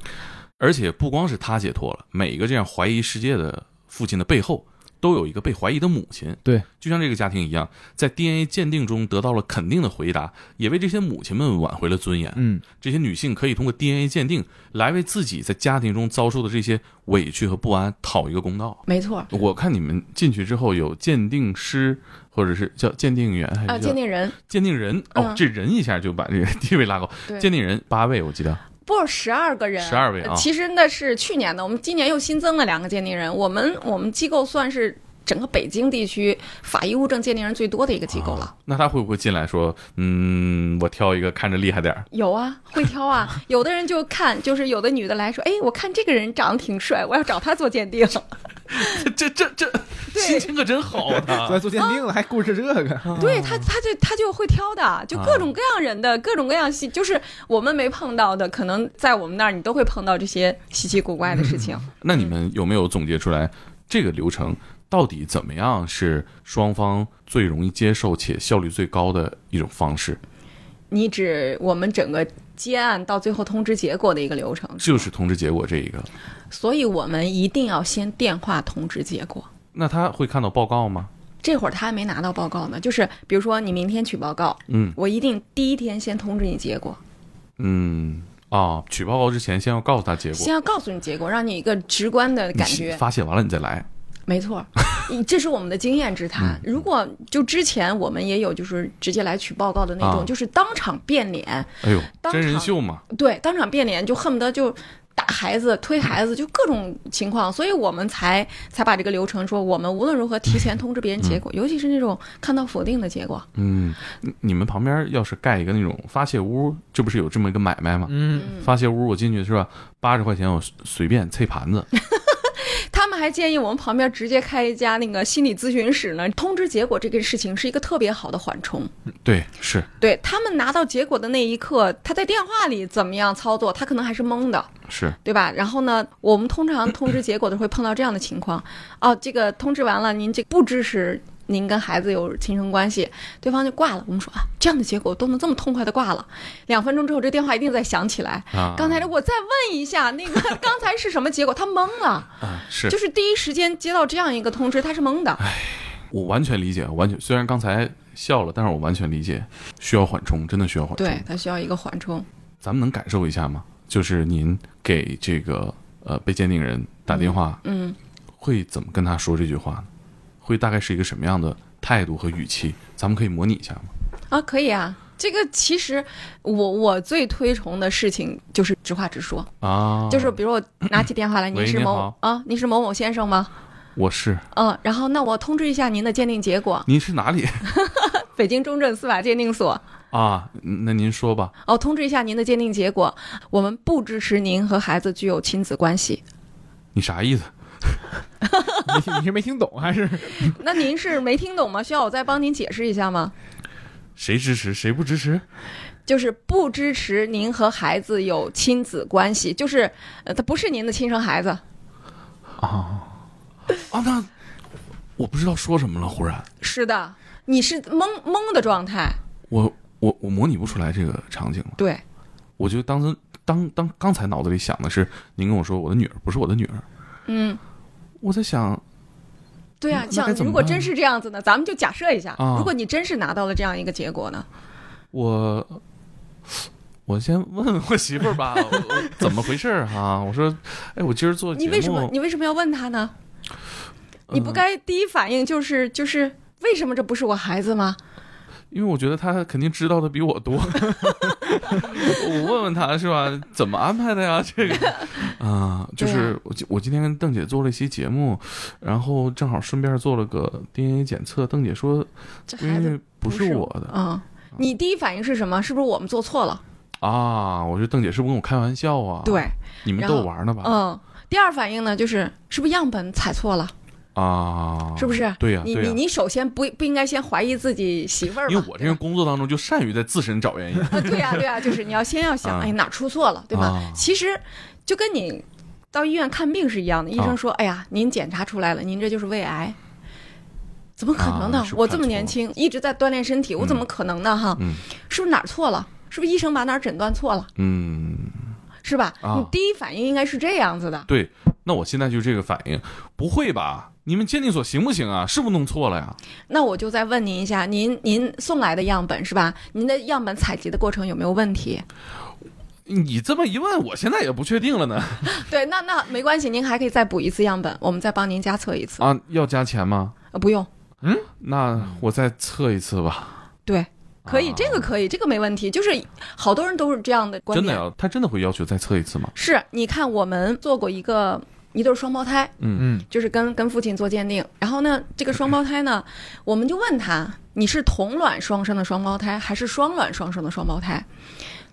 Speaker 1: 而且不光是他解脱了，每一个这样怀疑世界的父亲的背后，都有一个被怀疑的母亲。
Speaker 3: 对，
Speaker 1: 就像这个家庭一样，在 DNA 鉴定中得到了肯定的回答，也为这些母亲们挽回了尊严。
Speaker 3: [laughs] 嗯，
Speaker 1: 这些女性可以通过 DNA 鉴定来为自己在家庭中遭受的这些委屈和不安讨一个公道。
Speaker 2: 没错。
Speaker 1: 我看你们进去之后有鉴定师，或者是叫鉴定员，还
Speaker 2: 啊，
Speaker 1: 是
Speaker 2: 鉴
Speaker 1: 叫
Speaker 2: 定人
Speaker 1: 鉴定人？哦，
Speaker 2: 嗯
Speaker 1: 这人一下就把这个地位拉高。
Speaker 2: 对
Speaker 1: 鉴定人八位，我记得。
Speaker 2: 不十二个人，
Speaker 1: 12位啊
Speaker 2: 呃其实那是去年的，我们今年又新增了两个鉴定人。我们我们机构算是整个北京地区法医物证鉴定人最多的一个机构了。
Speaker 1: 啊那他会不会进来说，嗯，我挑一个看着厉害点儿？
Speaker 2: 有啊，会挑
Speaker 1: [laughs]
Speaker 2: 啊。有的人就看，就是有的女的来说，哎，我看这个人长得挺帅，我要找他做
Speaker 1: [laughs]
Speaker 2: 鉴定。
Speaker 1: 啊这这这，心情可真好啊！
Speaker 3: 做鉴定了还顾着这个，
Speaker 2: 对他，他就他就会挑的，
Speaker 1: 啊
Speaker 2: 就各种各样人的、各种各样稀，就是我们没碰到的，可能在我们那儿你都会碰到这些稀奇古怪的
Speaker 1: [laughs]
Speaker 2: 事情。
Speaker 1: 那你们有没有总结出来这个流程到底怎么样是双方最容易接受且效率最高的一种方式？
Speaker 2: 你指我们整个接案到最后通知结果的一个流程，
Speaker 1: 就是通知结果这一个。
Speaker 2: 所以我们一定要先电话通知结果。
Speaker 1: 那他会看到报告吗？
Speaker 2: 这会儿他还没拿到报告呢，就是比如说你明天取报告，
Speaker 1: 嗯
Speaker 2: 我一定第一天先通知你结果，
Speaker 1: 嗯哦，取报告之前先要告诉他结果，
Speaker 2: 先要告诉你结果，让你一个直观的感
Speaker 1: 你
Speaker 2: 觉。
Speaker 1: 发泄完了你再来。[laughs]
Speaker 2: 没错，你这是我们的经验之谈。
Speaker 1: 嗯
Speaker 2: 如果就之前我们也有就是直接来取报告的那种，
Speaker 1: 啊
Speaker 2: 就是当场变脸，
Speaker 1: 哎呦，
Speaker 2: 当场
Speaker 1: 真人秀嘛，
Speaker 2: 对，当场变脸就恨不得就打孩子、推孩子，就各种情况，所以我们才才把这个流程说，我们无论如何提前通知别人结果，尤其是那种看到否定的结果，
Speaker 1: 嗯，你你们旁边要是盖一个那种发泄屋，这不是有这么一个买卖吗？
Speaker 3: 嗯，
Speaker 1: 发泄屋我进去是吧？八十块钱我随随便啐盘子，
Speaker 2: 他们还建议我们旁边直接开一家那个心理咨询室呢。通知结果这个事情是一个特别好的缓冲，
Speaker 1: 对，是
Speaker 2: 对他们拿到结果的那一刻，他在电话里怎么样操作，他可能还是懵的。
Speaker 1: 是，
Speaker 2: 对吧？然后呢，我们通常通知结果都会碰到这样的情况，哦，这个通知完了，您这不支持您跟孩子有亲生关系，对方就挂了。我们说啊，这样的结果都能这么痛快的挂了，两分钟之后这电话一定再响起来。
Speaker 1: 啊
Speaker 2: 刚才我再问一下，那个 [laughs] 刚才是什么结果？他懵了，
Speaker 1: 啊是哎
Speaker 2: 就，是第一时间接到这样一个通知，他是懵的。
Speaker 1: 我完全理解，完全虽然刚才笑了，但是我完全理解，需要缓冲，真的需要缓冲。
Speaker 2: 对，他需要一个缓冲。
Speaker 1: 咱们能感受一下吗？就是您给这个呃被鉴定人打电话，
Speaker 2: 嗯，
Speaker 1: 会怎么跟他说这句话呢？会大概是一个什么样的态度和语气？咱们可以模拟一下吗？
Speaker 2: 啊，可以啊。这个其实我我最推崇的事情就是直话直说。
Speaker 1: 啊，
Speaker 2: 就是比如我拿起电话来，您
Speaker 1: 喂
Speaker 2: 是
Speaker 1: 您
Speaker 2: 某
Speaker 1: 好
Speaker 2: 啊，您是某某先生吗？
Speaker 1: 我是
Speaker 2: 嗯，然后那我通知一下您的鉴定结果，
Speaker 1: 您是哪里
Speaker 2: 北京中正司法鉴定所。
Speaker 1: 啊？那您说吧。
Speaker 2: 哦，通知一下您的鉴定结果，我们不支持您和孩子具有亲子关系。
Speaker 1: 你啥意思？
Speaker 3: 你你是没听懂还是？
Speaker 2: 那您是没听懂吗？需要我再帮您解释一下吗？
Speaker 1: 谁支持谁不支持？
Speaker 2: 就是不支持您和孩子有亲子关系，就是呃，他不是您的亲生孩子，
Speaker 1: 啊，那我不知道说什么了，忽然
Speaker 2: 是的，你是懵懵的状态，
Speaker 1: 我我我模拟不出来这个场景了。
Speaker 2: 对。
Speaker 1: 我就当时当当刚才脑子里想的是，您跟我说我的女儿不是我的女儿，
Speaker 2: 嗯，
Speaker 1: 我在想
Speaker 2: 对啊，
Speaker 1: 那该
Speaker 2: 像
Speaker 1: 怎么
Speaker 2: 如果
Speaker 1: 办
Speaker 2: 真
Speaker 1: 呢
Speaker 2: 是这样子呢，咱们就假设一下，
Speaker 1: 啊
Speaker 2: 如果你真是拿到了这样一个结果呢，
Speaker 1: 我。我先问我媳妇儿
Speaker 2: [laughs]
Speaker 1: 吧，我我怎么回事儿、哈？我说，哎，我今儿做节
Speaker 2: 你
Speaker 1: 目，
Speaker 2: 为什么你为什么要问他呢？你不
Speaker 1: 嗯
Speaker 2: 该第一反应就是就是为什么这不是我孩子吗？
Speaker 1: 因为我觉得他肯定知道的比
Speaker 2: [laughs] [laughs]
Speaker 1: 我多，我问问他是吧？怎么安排的呀？这个啊，就是我今我今天跟邓姐做了一期节目，然后正好顺便做了个 DNA 检测，邓姐说
Speaker 2: 这孩
Speaker 1: 闺
Speaker 2: 子
Speaker 1: 女不是我的
Speaker 2: 嗯，你第一反应是什么？是不是我们做错了？
Speaker 1: 啊，我说邓姐是不是跟我开玩笑啊？，
Speaker 2: 对，
Speaker 1: 你们
Speaker 2: 然
Speaker 1: 逗
Speaker 2: 后
Speaker 1: 我玩呢吧？
Speaker 2: 嗯。第二反应呢，就是是不是样本采错了？
Speaker 1: 啊，
Speaker 2: 呃是不是？
Speaker 1: 对呀，
Speaker 2: 你
Speaker 1: 对
Speaker 2: 你
Speaker 1: 呀。
Speaker 2: 你首先不不应该先怀疑自己媳妇儿吧？
Speaker 1: 因为我这
Speaker 2: 对
Speaker 1: 个
Speaker 2: 吧
Speaker 1: 工作当中就善于在自身找原因
Speaker 2: 啊，对呀、对呀、就是你要先要想，
Speaker 1: 啊
Speaker 2: 哎，哪儿出错了， [laughs] 对吧？
Speaker 1: 啊
Speaker 2: 其实就跟你到医院看病是一样的，医
Speaker 1: 啊
Speaker 2: 生说，哎呀，您检查出来了，您这就是胃癌。怎么可能呢？
Speaker 1: 啊是
Speaker 2: 我
Speaker 1: 看
Speaker 2: 这么年轻，一直在锻炼身体，我怎么可能呢？哈，
Speaker 1: 嗯
Speaker 2: 是不是哪儿错了？是不是医生把哪儿诊断错了？
Speaker 1: 嗯，
Speaker 2: 是吧？
Speaker 1: 啊
Speaker 2: 你第一反应应该是这样子的。
Speaker 1: 对，那我现在就这个反应，不会吧？你们鉴定所行不行啊？是不是弄错了呀？
Speaker 2: 那我就再问您一下，您您送来的样本是吧？您的样本采集的过程有没有问题？
Speaker 1: 你这么一问，我现在也不确定了呢。
Speaker 2: 对，那那没关系，您还可以再补一次样本，我们再帮您加测一次。
Speaker 1: 啊，要加钱吗？
Speaker 2: 呃，不用，
Speaker 1: 那我再测一次吧。
Speaker 2: 对，可以，
Speaker 1: 啊
Speaker 2: 这个可以，这个没问题。就是好多人都是这样的观
Speaker 1: 真的
Speaker 2: 点。
Speaker 1: 要，他真的会要求再测一次吗？
Speaker 2: 是，你看我们做过一个一对双胞胎，
Speaker 1: 嗯
Speaker 3: 嗯
Speaker 2: 就是跟跟父亲做鉴定，然后呢，这个双胞胎呢，我们就问他，你是同卵双生的双胞胎还是双卵双生的双胞胎？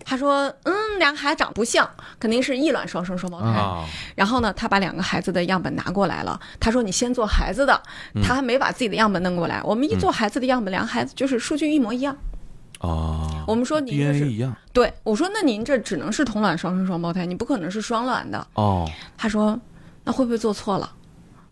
Speaker 2: 他说，嗯，俩孩子长不像，肯定是异卵双生双胞胎。
Speaker 1: 啊，
Speaker 2: 然后呢，他把两个孩子的样本拿过来了。他说：“你先做孩子的。”
Speaker 1: 嗯
Speaker 2: 他还没把自己的样本弄过来。我们一做孩子的样本，两个孩子就是数据一模一样。
Speaker 1: 哦
Speaker 2: 我们说您这
Speaker 1: ，DNA
Speaker 2: 是
Speaker 1: 一样
Speaker 2: 对我说：“那您这只能是同卵双生双胞胎，你不可能是双卵的。
Speaker 1: 哦，”
Speaker 2: 他说：“那会不会做错了？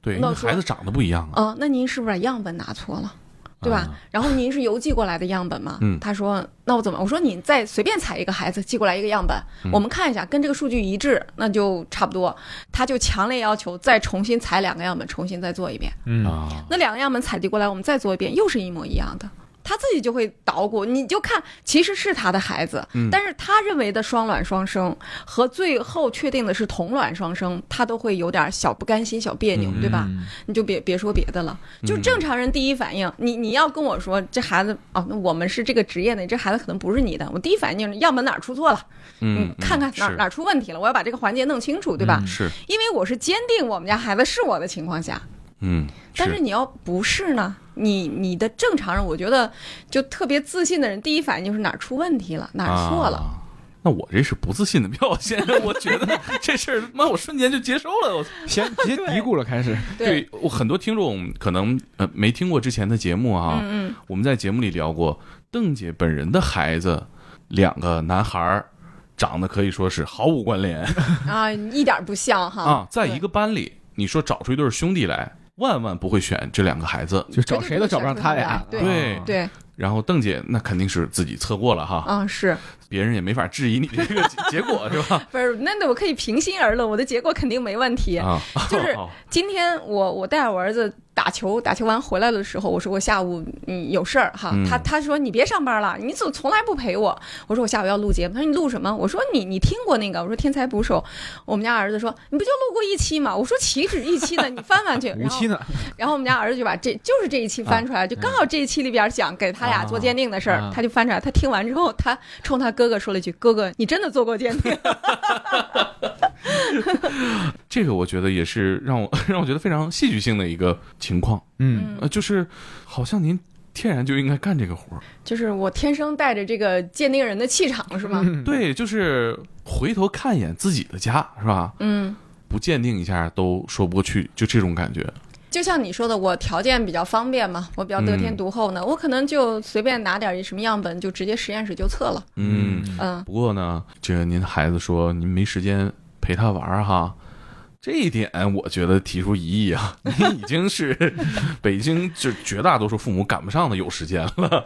Speaker 1: 对，
Speaker 2: 那
Speaker 1: 那
Speaker 2: 说
Speaker 1: 孩子长得不一样啊，
Speaker 2: 嗯、那您是不是把样本拿错了？”对吧？
Speaker 1: 啊
Speaker 2: 然后您是邮寄过来的样本嘛？
Speaker 1: 嗯
Speaker 2: 他说：“那我怎么？”我说：“你再随便采一个孩子寄过来一个样本，
Speaker 1: 嗯
Speaker 2: 我们看一下，跟这个数据一致，那就差不多。”他就强烈要求再重新采两个样本，重新再做一遍。
Speaker 3: 嗯，
Speaker 1: 啊，
Speaker 2: 那两个样本采集过来，我们再做一遍，又是一模一样的。他自己就会捣鼓，你就看，其实是他的孩子，
Speaker 1: 嗯
Speaker 2: 但是他认为的双卵双生和最后确定的是同卵双生，他都会有点小不甘心、小别
Speaker 1: 嗯
Speaker 2: 扭，对吧？
Speaker 3: 嗯
Speaker 2: 你就别别说别的了，就正常人第一反应，你你要跟我说这孩子啊，那我们是这个职业的，这孩子可能不是你的，我第一反应就是样本哪儿出错了，
Speaker 1: 嗯，
Speaker 2: 看看哪儿
Speaker 1: 是嗯
Speaker 2: 哪儿出问题了，我要把这个环节弄清楚，对吧？
Speaker 1: 是，
Speaker 2: 因为我是坚定我们家孩子是我的情况下，
Speaker 1: 嗯，
Speaker 2: 但是你要不是呢，你你的正常人，我觉得就特别自信的人，第一反应就是哪儿出问题了，哪儿错了。
Speaker 1: 啊那我这是不自信的表现，我觉得这事儿，妈，我瞬间就接受了，我
Speaker 3: 先直接嘀咕了，开始，
Speaker 1: 对我很多听众可能呃没听过之前的节目啊，
Speaker 2: 嗯嗯，
Speaker 1: 我们在节目里聊过，邓姐本人的孩子两个男孩儿长得可以说是毫无关联
Speaker 2: 啊，一点儿不像哈。
Speaker 1: 啊，在一个班里，你说找出一对兄弟来，万万不会选这两个孩子。
Speaker 3: 就找谁都找不上他俩。
Speaker 2: 对
Speaker 1: 对
Speaker 3: 啊，
Speaker 2: 对，
Speaker 1: 然后邓姐那肯定是自己测过了哈，
Speaker 2: 嗯，是，
Speaker 1: 别人也没法质疑你这个结结果是
Speaker 2: [laughs]
Speaker 1: 吧？
Speaker 2: 不是？那那我可以平心而论，我的结果肯定没问题。
Speaker 1: 啊，
Speaker 2: 就是
Speaker 1: 哦
Speaker 2: 今天我我带我儿子打球，打球完回来的时候，我说我下午嗯有事儿哈，
Speaker 1: 嗯
Speaker 2: 他他说你别上班了，你怎么从来不陪我？我说我下午要录节目，他说你录什么？我说你你听过那个？我说天才捕手，我们家儿子说你不就录过一期吗？我说岂止一期呢，你翻
Speaker 3: [laughs]
Speaker 2: 翻去。
Speaker 3: 啊无
Speaker 2: 然后
Speaker 3: 期呢？
Speaker 2: 然后我们家儿子就把这就是这一期翻出来，就刚好这一期里边讲给他俩做鉴定的事儿，
Speaker 3: 啊
Speaker 2: 他就翻出来，他听完之后，他冲他哥哥说了一句：“哥哥，你真的做过鉴定？”
Speaker 3: [laughs]
Speaker 1: 这个我觉得也是让我 [laughs] 让我觉得非常戏剧性的一个情况，
Speaker 3: 嗯，
Speaker 1: 呃，就是好像您天然就应该干这个活儿，
Speaker 2: 就是我天生带着这个鉴定人的气场，是吗？
Speaker 3: 嗯，
Speaker 1: 对，就是回头看一眼自己的家是吧？
Speaker 2: 嗯
Speaker 1: 不鉴定一下都说不过去，就这种感觉。
Speaker 2: 就像你说的，我条件比较方便嘛，我比较得
Speaker 1: 嗯
Speaker 2: 天独厚呢，我可能就随便拿点什么样本，就直接实验室就测了。
Speaker 1: 嗯，
Speaker 2: 嗯，
Speaker 1: 不过呢，这个您孩子说您没时间陪他玩儿哈，这一点我觉得提出疑议啊。您已经是北京就绝大多数父母赶不上的有时间了，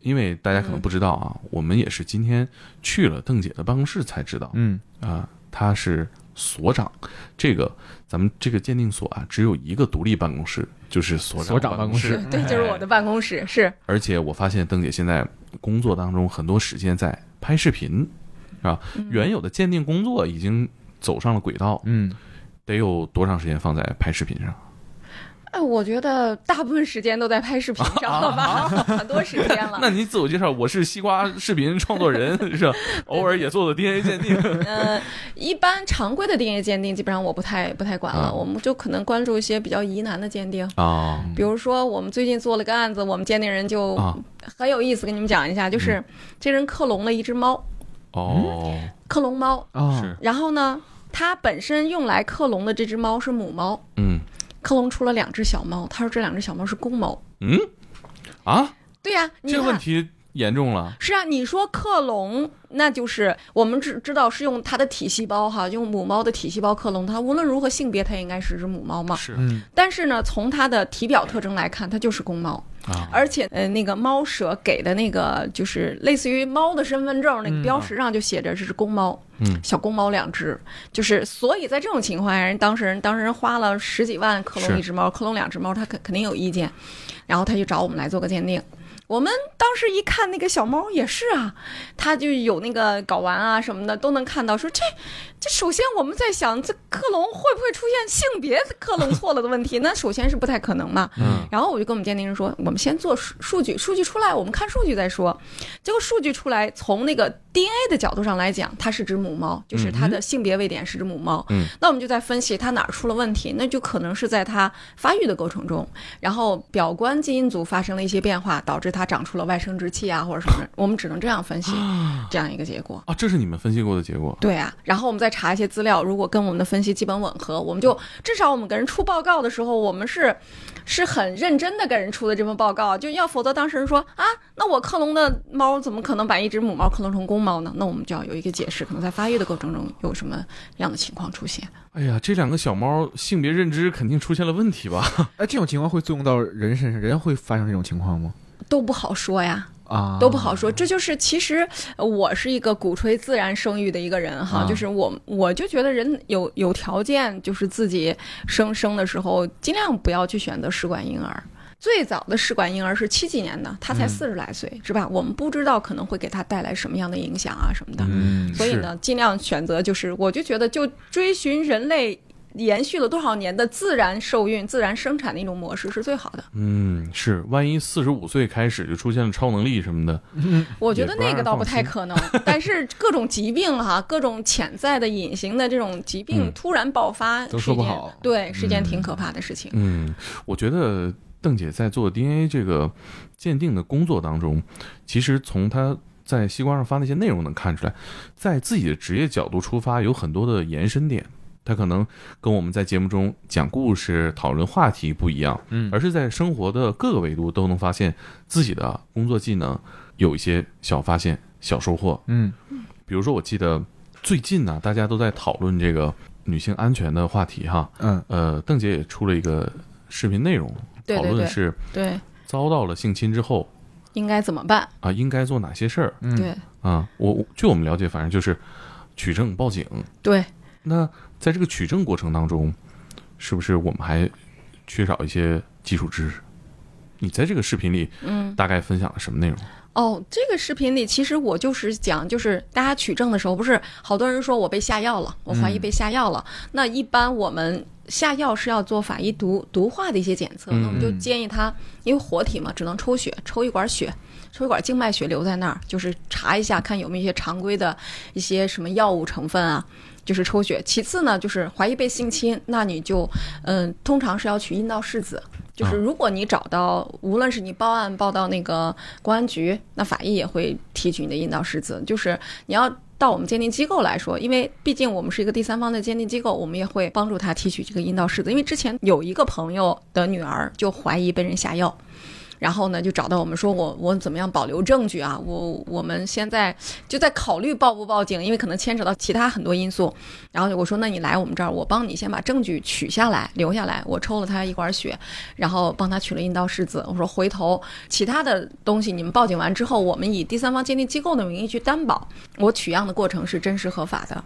Speaker 1: 因为大家可能不知道啊，我们也是今天去了邓姐的办公室才知道
Speaker 3: 嗯，
Speaker 1: 啊，她是所长。这个咱们这个鉴定所啊，只有一个独立办公室，就是所
Speaker 3: 所长
Speaker 1: 办
Speaker 3: 办公室
Speaker 1: 室。
Speaker 2: [laughs] 对，就是我的办公室，是
Speaker 1: 而且我发现邓姐现在工作当中很多时间在拍视频，啊，
Speaker 2: 嗯
Speaker 1: 原有的鉴定工作已经走上了轨道，
Speaker 3: 嗯，
Speaker 1: 得有多长时间放在拍视频上？
Speaker 2: 哎，我觉得大部分时间都在拍视频上了 [laughs] 吧，很多时间 [laughs] 了。
Speaker 1: 那你自我介绍，我是西瓜视频创作人，
Speaker 2: [laughs]
Speaker 1: 是吧？偶尔也做做 DNA 鉴定。
Speaker 2: 嗯，一般常规的 DNA 鉴定基本上我不太不太管了，
Speaker 1: 啊
Speaker 2: 我们就可能关注一些比较疑难的鉴定。
Speaker 1: 啊，
Speaker 2: 比如说，我们最近做了个案子，我们鉴定人就
Speaker 1: 啊嗯
Speaker 2: 很有意思，跟你们讲一下，就是这人克隆了一只猫，
Speaker 1: 哦，
Speaker 2: 克隆猫，
Speaker 3: 啊，
Speaker 1: 是，
Speaker 2: 然后呢，他本身用来克隆的这只猫是母猫，
Speaker 1: 嗯
Speaker 2: 克隆出了两只小猫，他说这两只小猫是公猫。
Speaker 1: 嗯，啊，
Speaker 2: 对呀、你
Speaker 1: 这个问
Speaker 2: 看。
Speaker 1: 题严重了。
Speaker 2: 是啊，你说克隆，那就是我们只知道是用它的体细胞哈，用母猫的体细胞克隆它。无论如何性别，它也应该是只母猫嘛。
Speaker 1: 是
Speaker 3: 嗯，
Speaker 2: 但是呢，从它的体表特征来看，它就是公猫。
Speaker 1: 啊，
Speaker 2: 而且呃，那个猫舍给的那个就是类似于猫的身份证那个标识上就写着这是公猫，
Speaker 1: 嗯
Speaker 2: 小公猫两只，就是所以在这种情况下，人当事人当事人花了十几万克隆
Speaker 1: 是
Speaker 2: 一只猫，克隆两只猫，他肯肯定有意见，然后他就找我们来做个鉴定。我们当时一看那个小猫也是啊，它就有那个睾丸啊什么的都能看到，说这这首先我们在想这克隆会不会出现性别克隆错了的问题？那首先是不太可能嘛，
Speaker 1: 嗯
Speaker 2: 然后我就跟我们鉴定人说，我们先做数数据，数据出来我们看数据再说。结果数据出来，从那个 DNA 的角度上来讲，它是只母猫，就是它的性别位点是只母猫。
Speaker 1: 嗯，
Speaker 2: 那我们就在分析它哪儿出了问题，那就可能是在它发育的过程中，然后表观基因组发生了一些变化，导致它长出了外生殖器啊或者什么，我们只能这样分析这样一个结果。
Speaker 1: 啊，这是你们分析过的结果。
Speaker 2: 对啊，然后我们再查一些资料，如果跟我们的分析基本吻合，我们就至少我们给人出报告的时候，我们是是很认真的给人出的这份报告，就要否则当事人说啊，那我克隆的猫怎么可能把一只母猫克隆成公猫呢？那我们就要有一个解释，可能在发育的过程中有什么样的情况出现。
Speaker 1: 哎呀，这两个小猫性别认知肯定出现了问题吧？
Speaker 3: 哎，这种情况会作用到人身上，人会发生这种情况吗？
Speaker 2: 都不好说呀，
Speaker 3: 啊，
Speaker 2: 都不好说。这就是其实呃我是一个鼓吹自然生育的一个人哈，
Speaker 3: 啊
Speaker 2: 就是我我就觉得人有有条件，就是自己生生的时候尽量不要去选择试管婴儿。最早的试管婴儿是七几年的，他才
Speaker 3: 嗯
Speaker 2: 四十来岁，是吧？我们不知道可能会给他带来什么样的影响啊什么的。
Speaker 3: 嗯
Speaker 2: 所以呢，尽量选择就是，我就觉得就追寻人类延续了多少年的自然受孕、自然生产的一种模式是最好的。
Speaker 1: 嗯，是，万一四十五岁开始就出现了超能力什么的，
Speaker 3: 嗯
Speaker 2: 我觉
Speaker 1: 也
Speaker 2: 得
Speaker 1: 不
Speaker 2: 那
Speaker 1: 让
Speaker 2: 个
Speaker 1: 人
Speaker 2: 倒
Speaker 1: 放
Speaker 2: 不太
Speaker 1: 心
Speaker 2: 可能，但是各种疾病哈、各种潜在的隐形的这种疾病
Speaker 1: 嗯
Speaker 2: 突然爆发，
Speaker 3: 都
Speaker 2: 是
Speaker 3: 说
Speaker 2: 一
Speaker 3: 不
Speaker 2: 件
Speaker 3: 好
Speaker 2: 对，是一件挺
Speaker 3: 嗯
Speaker 2: 可怕的事情。
Speaker 1: 嗯，我觉得邓姐在做 DNA 这个鉴定的工作当中，其实从她在西瓜上发那些内容能看出来，在自己的职业角度出发，有很多的延伸点。她可能跟我们在节目中讲故事、讨论话题不一样，
Speaker 3: 嗯
Speaker 1: 而是在生活的各个维度都能发现自己的工作技能有一些小发现、小收获。
Speaker 3: 嗯
Speaker 1: 比如说，我记得最近呢、大家都在讨论这个女性安全的话题哈。
Speaker 3: 嗯
Speaker 1: 呃，邓姐也出了一个视频内容，
Speaker 2: 对
Speaker 1: 讨
Speaker 2: 对
Speaker 1: 论的
Speaker 2: 对
Speaker 1: 是
Speaker 2: 对，
Speaker 1: 遭到了性侵之后
Speaker 2: 应该怎么办？
Speaker 1: 啊，应该做哪些事儿
Speaker 3: 嗯，
Speaker 2: 对
Speaker 1: 啊？我我据我们了解，反正就是取证报警。
Speaker 2: 对，
Speaker 1: 那在这个取证过程当中，是不是我们还缺少一些基础知识？你在这个视频里
Speaker 2: 嗯。
Speaker 1: 大概分享了什么内容？
Speaker 2: 哦，这个视频里其实我就是讲，就是大家取证的时候，不是好多人说我被下药了，我怀疑
Speaker 3: 嗯
Speaker 2: 被下药了。那一般我们下药是要做法医毒毒化的一些检测，
Speaker 1: 嗯
Speaker 2: 那我们就
Speaker 3: 嗯
Speaker 2: 建议他，因为活体嘛，只能抽血，抽一管血，抽一管静脉血留在那儿，就是查一下看有没有一些常规的一些什么药物成分啊。就是抽血，其次呢，就是怀疑被性侵，那你就，嗯、通常是要取阴道拭子，就是
Speaker 1: 啊
Speaker 2: 如果你找到，无论是你报案报到那个公安局，那法医也会提取你的阴道拭子。就是你要到我们鉴定机构来说，因为毕竟我们是一个第三方的鉴定机构，我们也会帮助他提取这个阴道拭子。因为之前有一个朋友的女儿就怀疑被人下药。然后呢，就找到我们说我我怎么样保留证据啊？我我们现在就在考虑报不报警，因为可能牵扯到其他很多因素。然后我说，那你来我们这儿，我帮你先把证据取下来，留下来。我抽了他一管血，然后帮他取了阴道拭子。我说回头其他的东西你们报警完之后，我们以第三方鉴定机构的名义去担保，我取样的过程是真实合法的。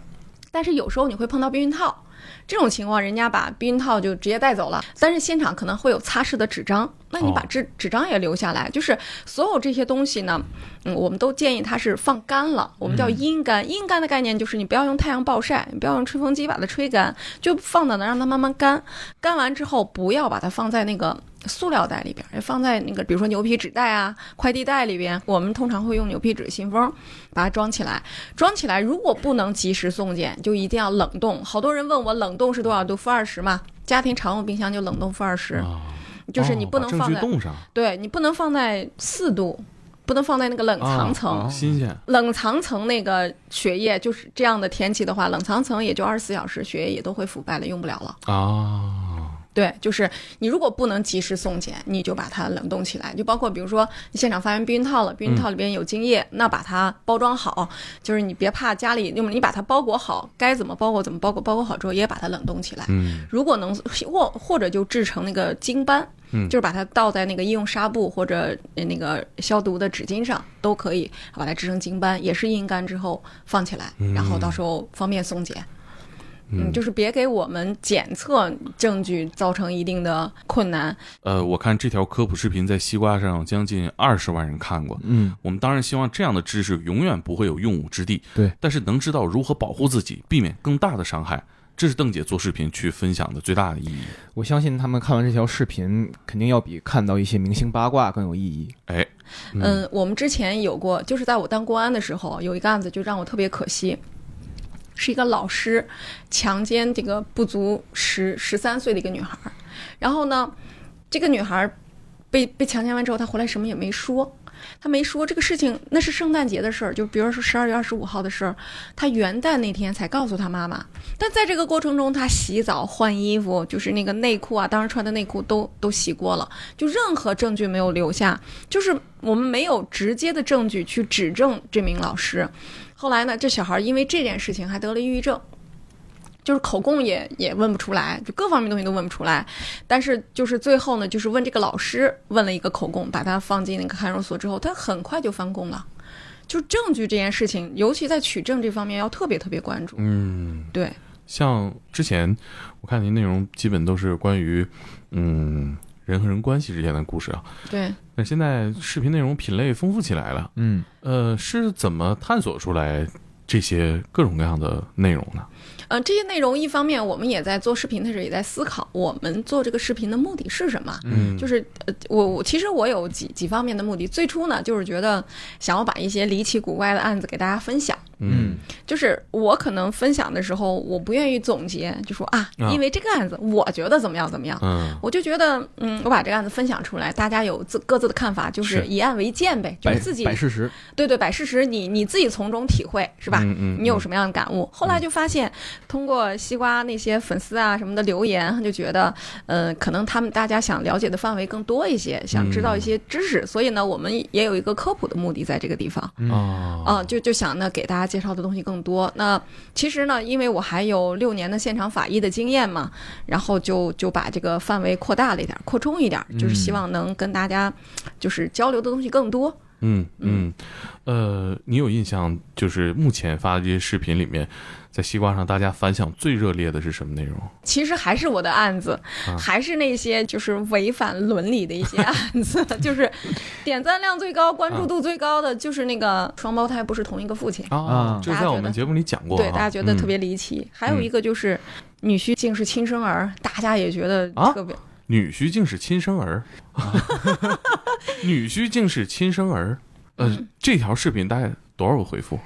Speaker 2: 但是有时候你会碰到避孕套，这种情况，人家把避孕套就直接带走了，但是现场可能会有擦拭的纸张，那你把
Speaker 1: 哦
Speaker 2: 纸、纸张也留下来，就是所有这些东西呢，嗯，我们都建议它是放干
Speaker 1: 嗯
Speaker 2: 了，我们叫阴干。阴干的概念就是你不要用太阳暴晒，你不要用吹风机把它吹干，就放到那儿让它慢慢干。干完之后，不要把它放在那个塑料袋里边，也放在那个比如说牛皮纸袋啊、快递袋里边。我们通常会用牛皮纸、信封把它装起来。装起来，如果不能及时送检，就一定要冷冻。好多人问我冷冻是多少度？负二十嘛。家庭常用冰箱就冷冻负二十，
Speaker 1: 啊，
Speaker 2: 就是你不
Speaker 1: 哦
Speaker 2: 能
Speaker 1: 把
Speaker 2: 放
Speaker 1: 证
Speaker 2: 在，
Speaker 1: 据冻上，
Speaker 2: 对你不能放在四度，不能放在那个冷藏层。
Speaker 3: 哦
Speaker 1: 新鲜
Speaker 2: 冷藏层那个血液就是这样的天气的话，冷藏层也就二十四小时，血液也都会腐败了，用不了了。
Speaker 1: 啊，
Speaker 2: 对，就是你如果不能及时送检，你就把它冷冻起来。就包括比如说你现场发现避孕套了，避孕套里边有精液，那把它包装好，就是你别怕家里，那么你把它包裹好，该怎么包裹怎么包裹，包裹好之后也把它冷冻起来。
Speaker 1: 嗯，
Speaker 2: 如果能或或者就制成那个精斑，
Speaker 1: 嗯
Speaker 2: 就是把它倒在那个医用纱布或者呃那个消毒的纸巾上都可以，把它制成精斑，也是阴干之后放起来，然后到时候方便送检。
Speaker 1: 嗯
Speaker 2: 就是别给我们检测证据造成一定的困难。
Speaker 1: 呃，我看这条科普视频在西瓜上将近二十万人看过。
Speaker 3: 嗯，
Speaker 1: 我们当然希望这样的知识永远不会有用武之地，
Speaker 3: 对，
Speaker 1: 但是能知道如何保护自己，避免更大的伤害，这是邓姐做视频去分享的最大的意义。
Speaker 3: 我相信他们看完这条视频，肯定要比看到一些明星八卦更有意义。
Speaker 1: 哎，
Speaker 2: 嗯，我们之前有过，就是在我当公安的时候，有一个案子就让我特别可惜，是一个老师强奸这个不足十十三岁的一个女孩儿，然后呢，这个女孩儿被被强奸完之后，她回来什么也没说。她没说这个事情，那是圣诞节的事儿，就比如说十二月二十五号的事儿，她元旦那天才告诉她妈妈。但在这个过程中，她洗澡、换衣服，就是那个内裤啊，当时穿的内裤都都洗过了，就任何证据没有留下。就是我们没有直接的证据去指证这名老师。后来呢，这小孩因为这件事情还得了抑郁症，就是口供也也问不出来，就各方面东西都问不出来。但是就是最后呢，就是问这个老师问了一个口供，把他放进那个看守所之后，他很快就翻供了。就证据这件事情，尤其在取证这方面要特别特别关注。
Speaker 1: 嗯，
Speaker 2: 对，
Speaker 1: 像之前我看您内容基本都是关于嗯人和人关系之间的故事啊，
Speaker 2: 对，
Speaker 1: 但现在视频内容品类丰富起来了，
Speaker 3: 嗯，
Speaker 1: 呃，是怎么探索出来这些各种各样的内容呢？
Speaker 2: 嗯、这些内容一方面我们也在做视频的时候也在思考，我们做这个视频的目的是什么？
Speaker 1: 嗯，
Speaker 2: 就是呃，我我其实我有几几方面的目的。最初呢，就是觉得想要把一些离奇古怪的案子给大家分享。
Speaker 1: 嗯
Speaker 2: 就是我可能分享的时候，我不愿意总结，就说啊
Speaker 1: 啊，
Speaker 2: 因为这个案子，我觉得怎么样怎么样。
Speaker 1: 嗯
Speaker 2: 我就觉得，嗯，我把这个案子分享出来，大家有自各自的看法，就是
Speaker 1: 是
Speaker 2: 以案为鉴呗，就
Speaker 3: 摆
Speaker 2: 是自己
Speaker 3: 摆事实，
Speaker 2: 对对摆事实，你你自己从中体会是吧？
Speaker 1: 嗯嗯，
Speaker 2: 你有
Speaker 1: 么？
Speaker 2: 什么样的感悟？后来就发现，通过西瓜那些粉丝啊什么的留言，就觉得，呃，可能他们大家想了解的范围更多一些，想
Speaker 1: 嗯
Speaker 2: 知道一些知识，所以呢，我们也有一个科普的目的在这个地方。
Speaker 1: 哦
Speaker 2: 啊、就就想呢给大家介绍的东西更多。那其实呢，因为我还有六年的现场法医的经验嘛，然后就就把这个范围扩大了一点儿，扩充一点儿，
Speaker 1: 嗯
Speaker 2: 就是希望能跟大家就是交流的东西更多。
Speaker 1: 嗯嗯，呃，你有印象就是目前发的这些视频里面，在西瓜上大家反响最热烈的是什么内容？
Speaker 2: 其实还是我的案子，
Speaker 1: 啊
Speaker 2: 还是那些就是违反伦理的一些案子， [laughs] 就是点赞量最高、关注度最高的，就是那个双胞胎不是同一个父亲，
Speaker 1: 啊
Speaker 3: 啊
Speaker 1: 这
Speaker 2: 大家
Speaker 1: 在
Speaker 2: 觉
Speaker 1: 我们
Speaker 2: 得
Speaker 1: 节目里讲过、啊，
Speaker 2: 对大家觉得
Speaker 1: 嗯
Speaker 2: 特别离奇。还有一个就是女婿竟是亲生儿，大家也觉得
Speaker 1: 啊
Speaker 2: 特别。
Speaker 1: 女婿竟是亲生
Speaker 2: [laughs]
Speaker 1: 儿，女婿竟是亲生儿。呃，
Speaker 2: 嗯
Speaker 1: 这条视频大概多少个回复？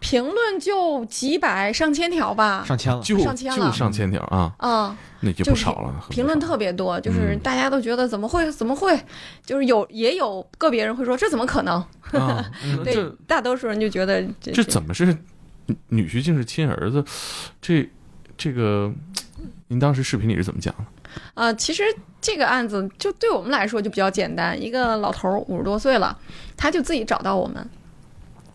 Speaker 2: 评论就几百上千条吧，
Speaker 3: 上千了。
Speaker 1: 就
Speaker 2: 上千了
Speaker 1: 就上千条啊，
Speaker 2: 啊、
Speaker 1: 那也不少了。很不少
Speaker 2: 评论特别多，就是
Speaker 1: 嗯
Speaker 2: 大家都觉得怎么会怎么会，就是有也有个别人会说这怎么可能？
Speaker 1: 啊，
Speaker 2: [laughs]
Speaker 1: 那
Speaker 2: 嗯对
Speaker 1: 这，
Speaker 2: 大多数人就觉得这
Speaker 1: 这怎么是女婿竟是亲儿子？这这个，您当时视频里是怎么讲的？
Speaker 2: 啊、其实这个案子就对我们来说就比较简单，一个老头儿五十多岁了，他就自己找到我们。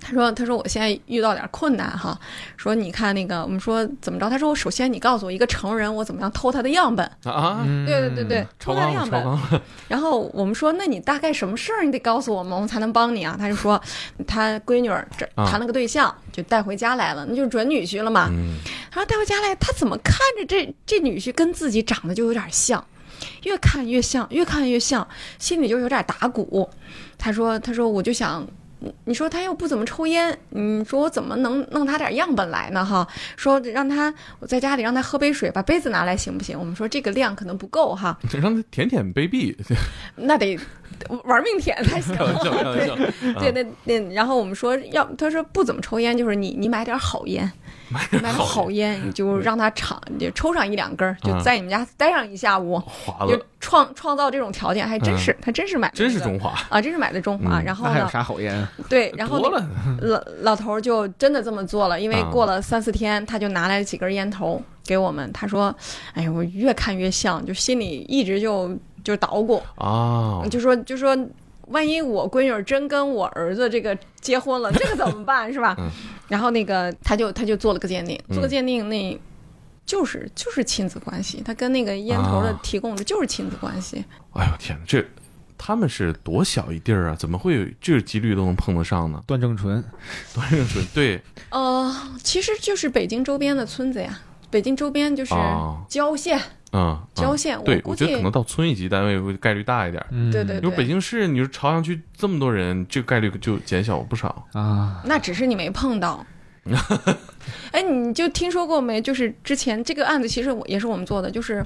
Speaker 2: 他说：“他说我现在遇到点困难哈，说你看那个，我们说怎么着？他说我首先你告诉我一个成人，我怎么样偷他的样本？
Speaker 1: 啊，
Speaker 3: 嗯
Speaker 2: 对对对对，
Speaker 1: 超
Speaker 2: 偷他的
Speaker 1: 纲了，
Speaker 2: 样
Speaker 1: 超
Speaker 2: 本。
Speaker 1: 纲了。
Speaker 2: [laughs] 然后我们说，那你大概什么事儿你得告诉我们，我们才能帮你啊？他就说，他闺女儿这
Speaker 1: 啊
Speaker 2: 谈了个对象，就带回家来了，那就准女婿了嘛。
Speaker 1: 嗯
Speaker 2: 然后带回家来，他怎么看着这这女婿跟自己长得就有点像，越看越像，越看越像，心里就有点打鼓。他说：“他说我就想。”嗯你说他又不怎么抽烟，你说我怎么能弄他点样本来呢？哈，说让他我在家里让他喝杯水，把杯子拿来行不行？我们说这个量可能不够哈，
Speaker 1: 让他舔舔 baby，
Speaker 2: 那得玩命舔才行。
Speaker 1: 开玩呃笑，开玩
Speaker 2: [laughs]
Speaker 1: 笑，
Speaker 2: 对，那那然后我们说要，他说不怎么抽烟，就是你你买点好烟，
Speaker 1: [laughs] 买
Speaker 2: 买点好烟，你
Speaker 1: 嗯
Speaker 2: 就让他尝，你就抽上一两根儿，就
Speaker 1: 啊
Speaker 2: 在你们家待上一下午，
Speaker 1: 华
Speaker 2: 就
Speaker 1: 了，
Speaker 2: 创创造这种条件，还真是他真是买的
Speaker 1: 嗯真是
Speaker 2: 这个
Speaker 1: 中华，
Speaker 2: 啊，真是买的中华。
Speaker 1: 嗯
Speaker 2: 然后
Speaker 3: 那还有
Speaker 2: 呢，
Speaker 3: 啥好烟？啊
Speaker 2: 对，然后那
Speaker 1: 多
Speaker 2: 个
Speaker 1: 了，
Speaker 2: 老老头儿就真的这么做了，因为
Speaker 1: 啊
Speaker 2: 过了三四天，他就拿来几根烟头给我们。他说：“哎呀，我越看越像，就心里一直就就捣鼓，
Speaker 1: 啊，
Speaker 2: 就说就说，万一我闺女儿真跟我儿子这个结
Speaker 1: [laughs]
Speaker 2: 婚了，这个怎么办是吧
Speaker 1: 嗯？”
Speaker 2: 然后那个他就他就做了个鉴定，
Speaker 1: 嗯
Speaker 2: 做个鉴定那。就是就是亲子关系，他跟那个烟头的
Speaker 1: 啊
Speaker 2: 提供的就是亲子关系。
Speaker 1: 哎呦天哪，这他们是多小一地儿啊，怎么会有这几率都能碰得上
Speaker 2: [laughs]
Speaker 1: 呢？
Speaker 3: 段正淳，
Speaker 1: 多认准对
Speaker 2: 呃，其实就是北京周边的村子呀，北京周边就是
Speaker 1: 啊
Speaker 2: 郊县，
Speaker 1: 嗯，
Speaker 2: 郊
Speaker 1: 嗯，
Speaker 2: 县。我
Speaker 1: 对，
Speaker 2: 估
Speaker 1: 我
Speaker 2: 计
Speaker 1: 觉得可能到村一级单位会概率大一点儿。
Speaker 3: 嗯
Speaker 2: 对对
Speaker 1: 因为北京市，你说朝阳区这么多人，这个概率就减小不少。
Speaker 3: 啊，
Speaker 2: 那只是你没
Speaker 1: [laughs]
Speaker 2: 碰到。哎，你就听说过没？就是之前这个案子，其实我也是我们做的，就是，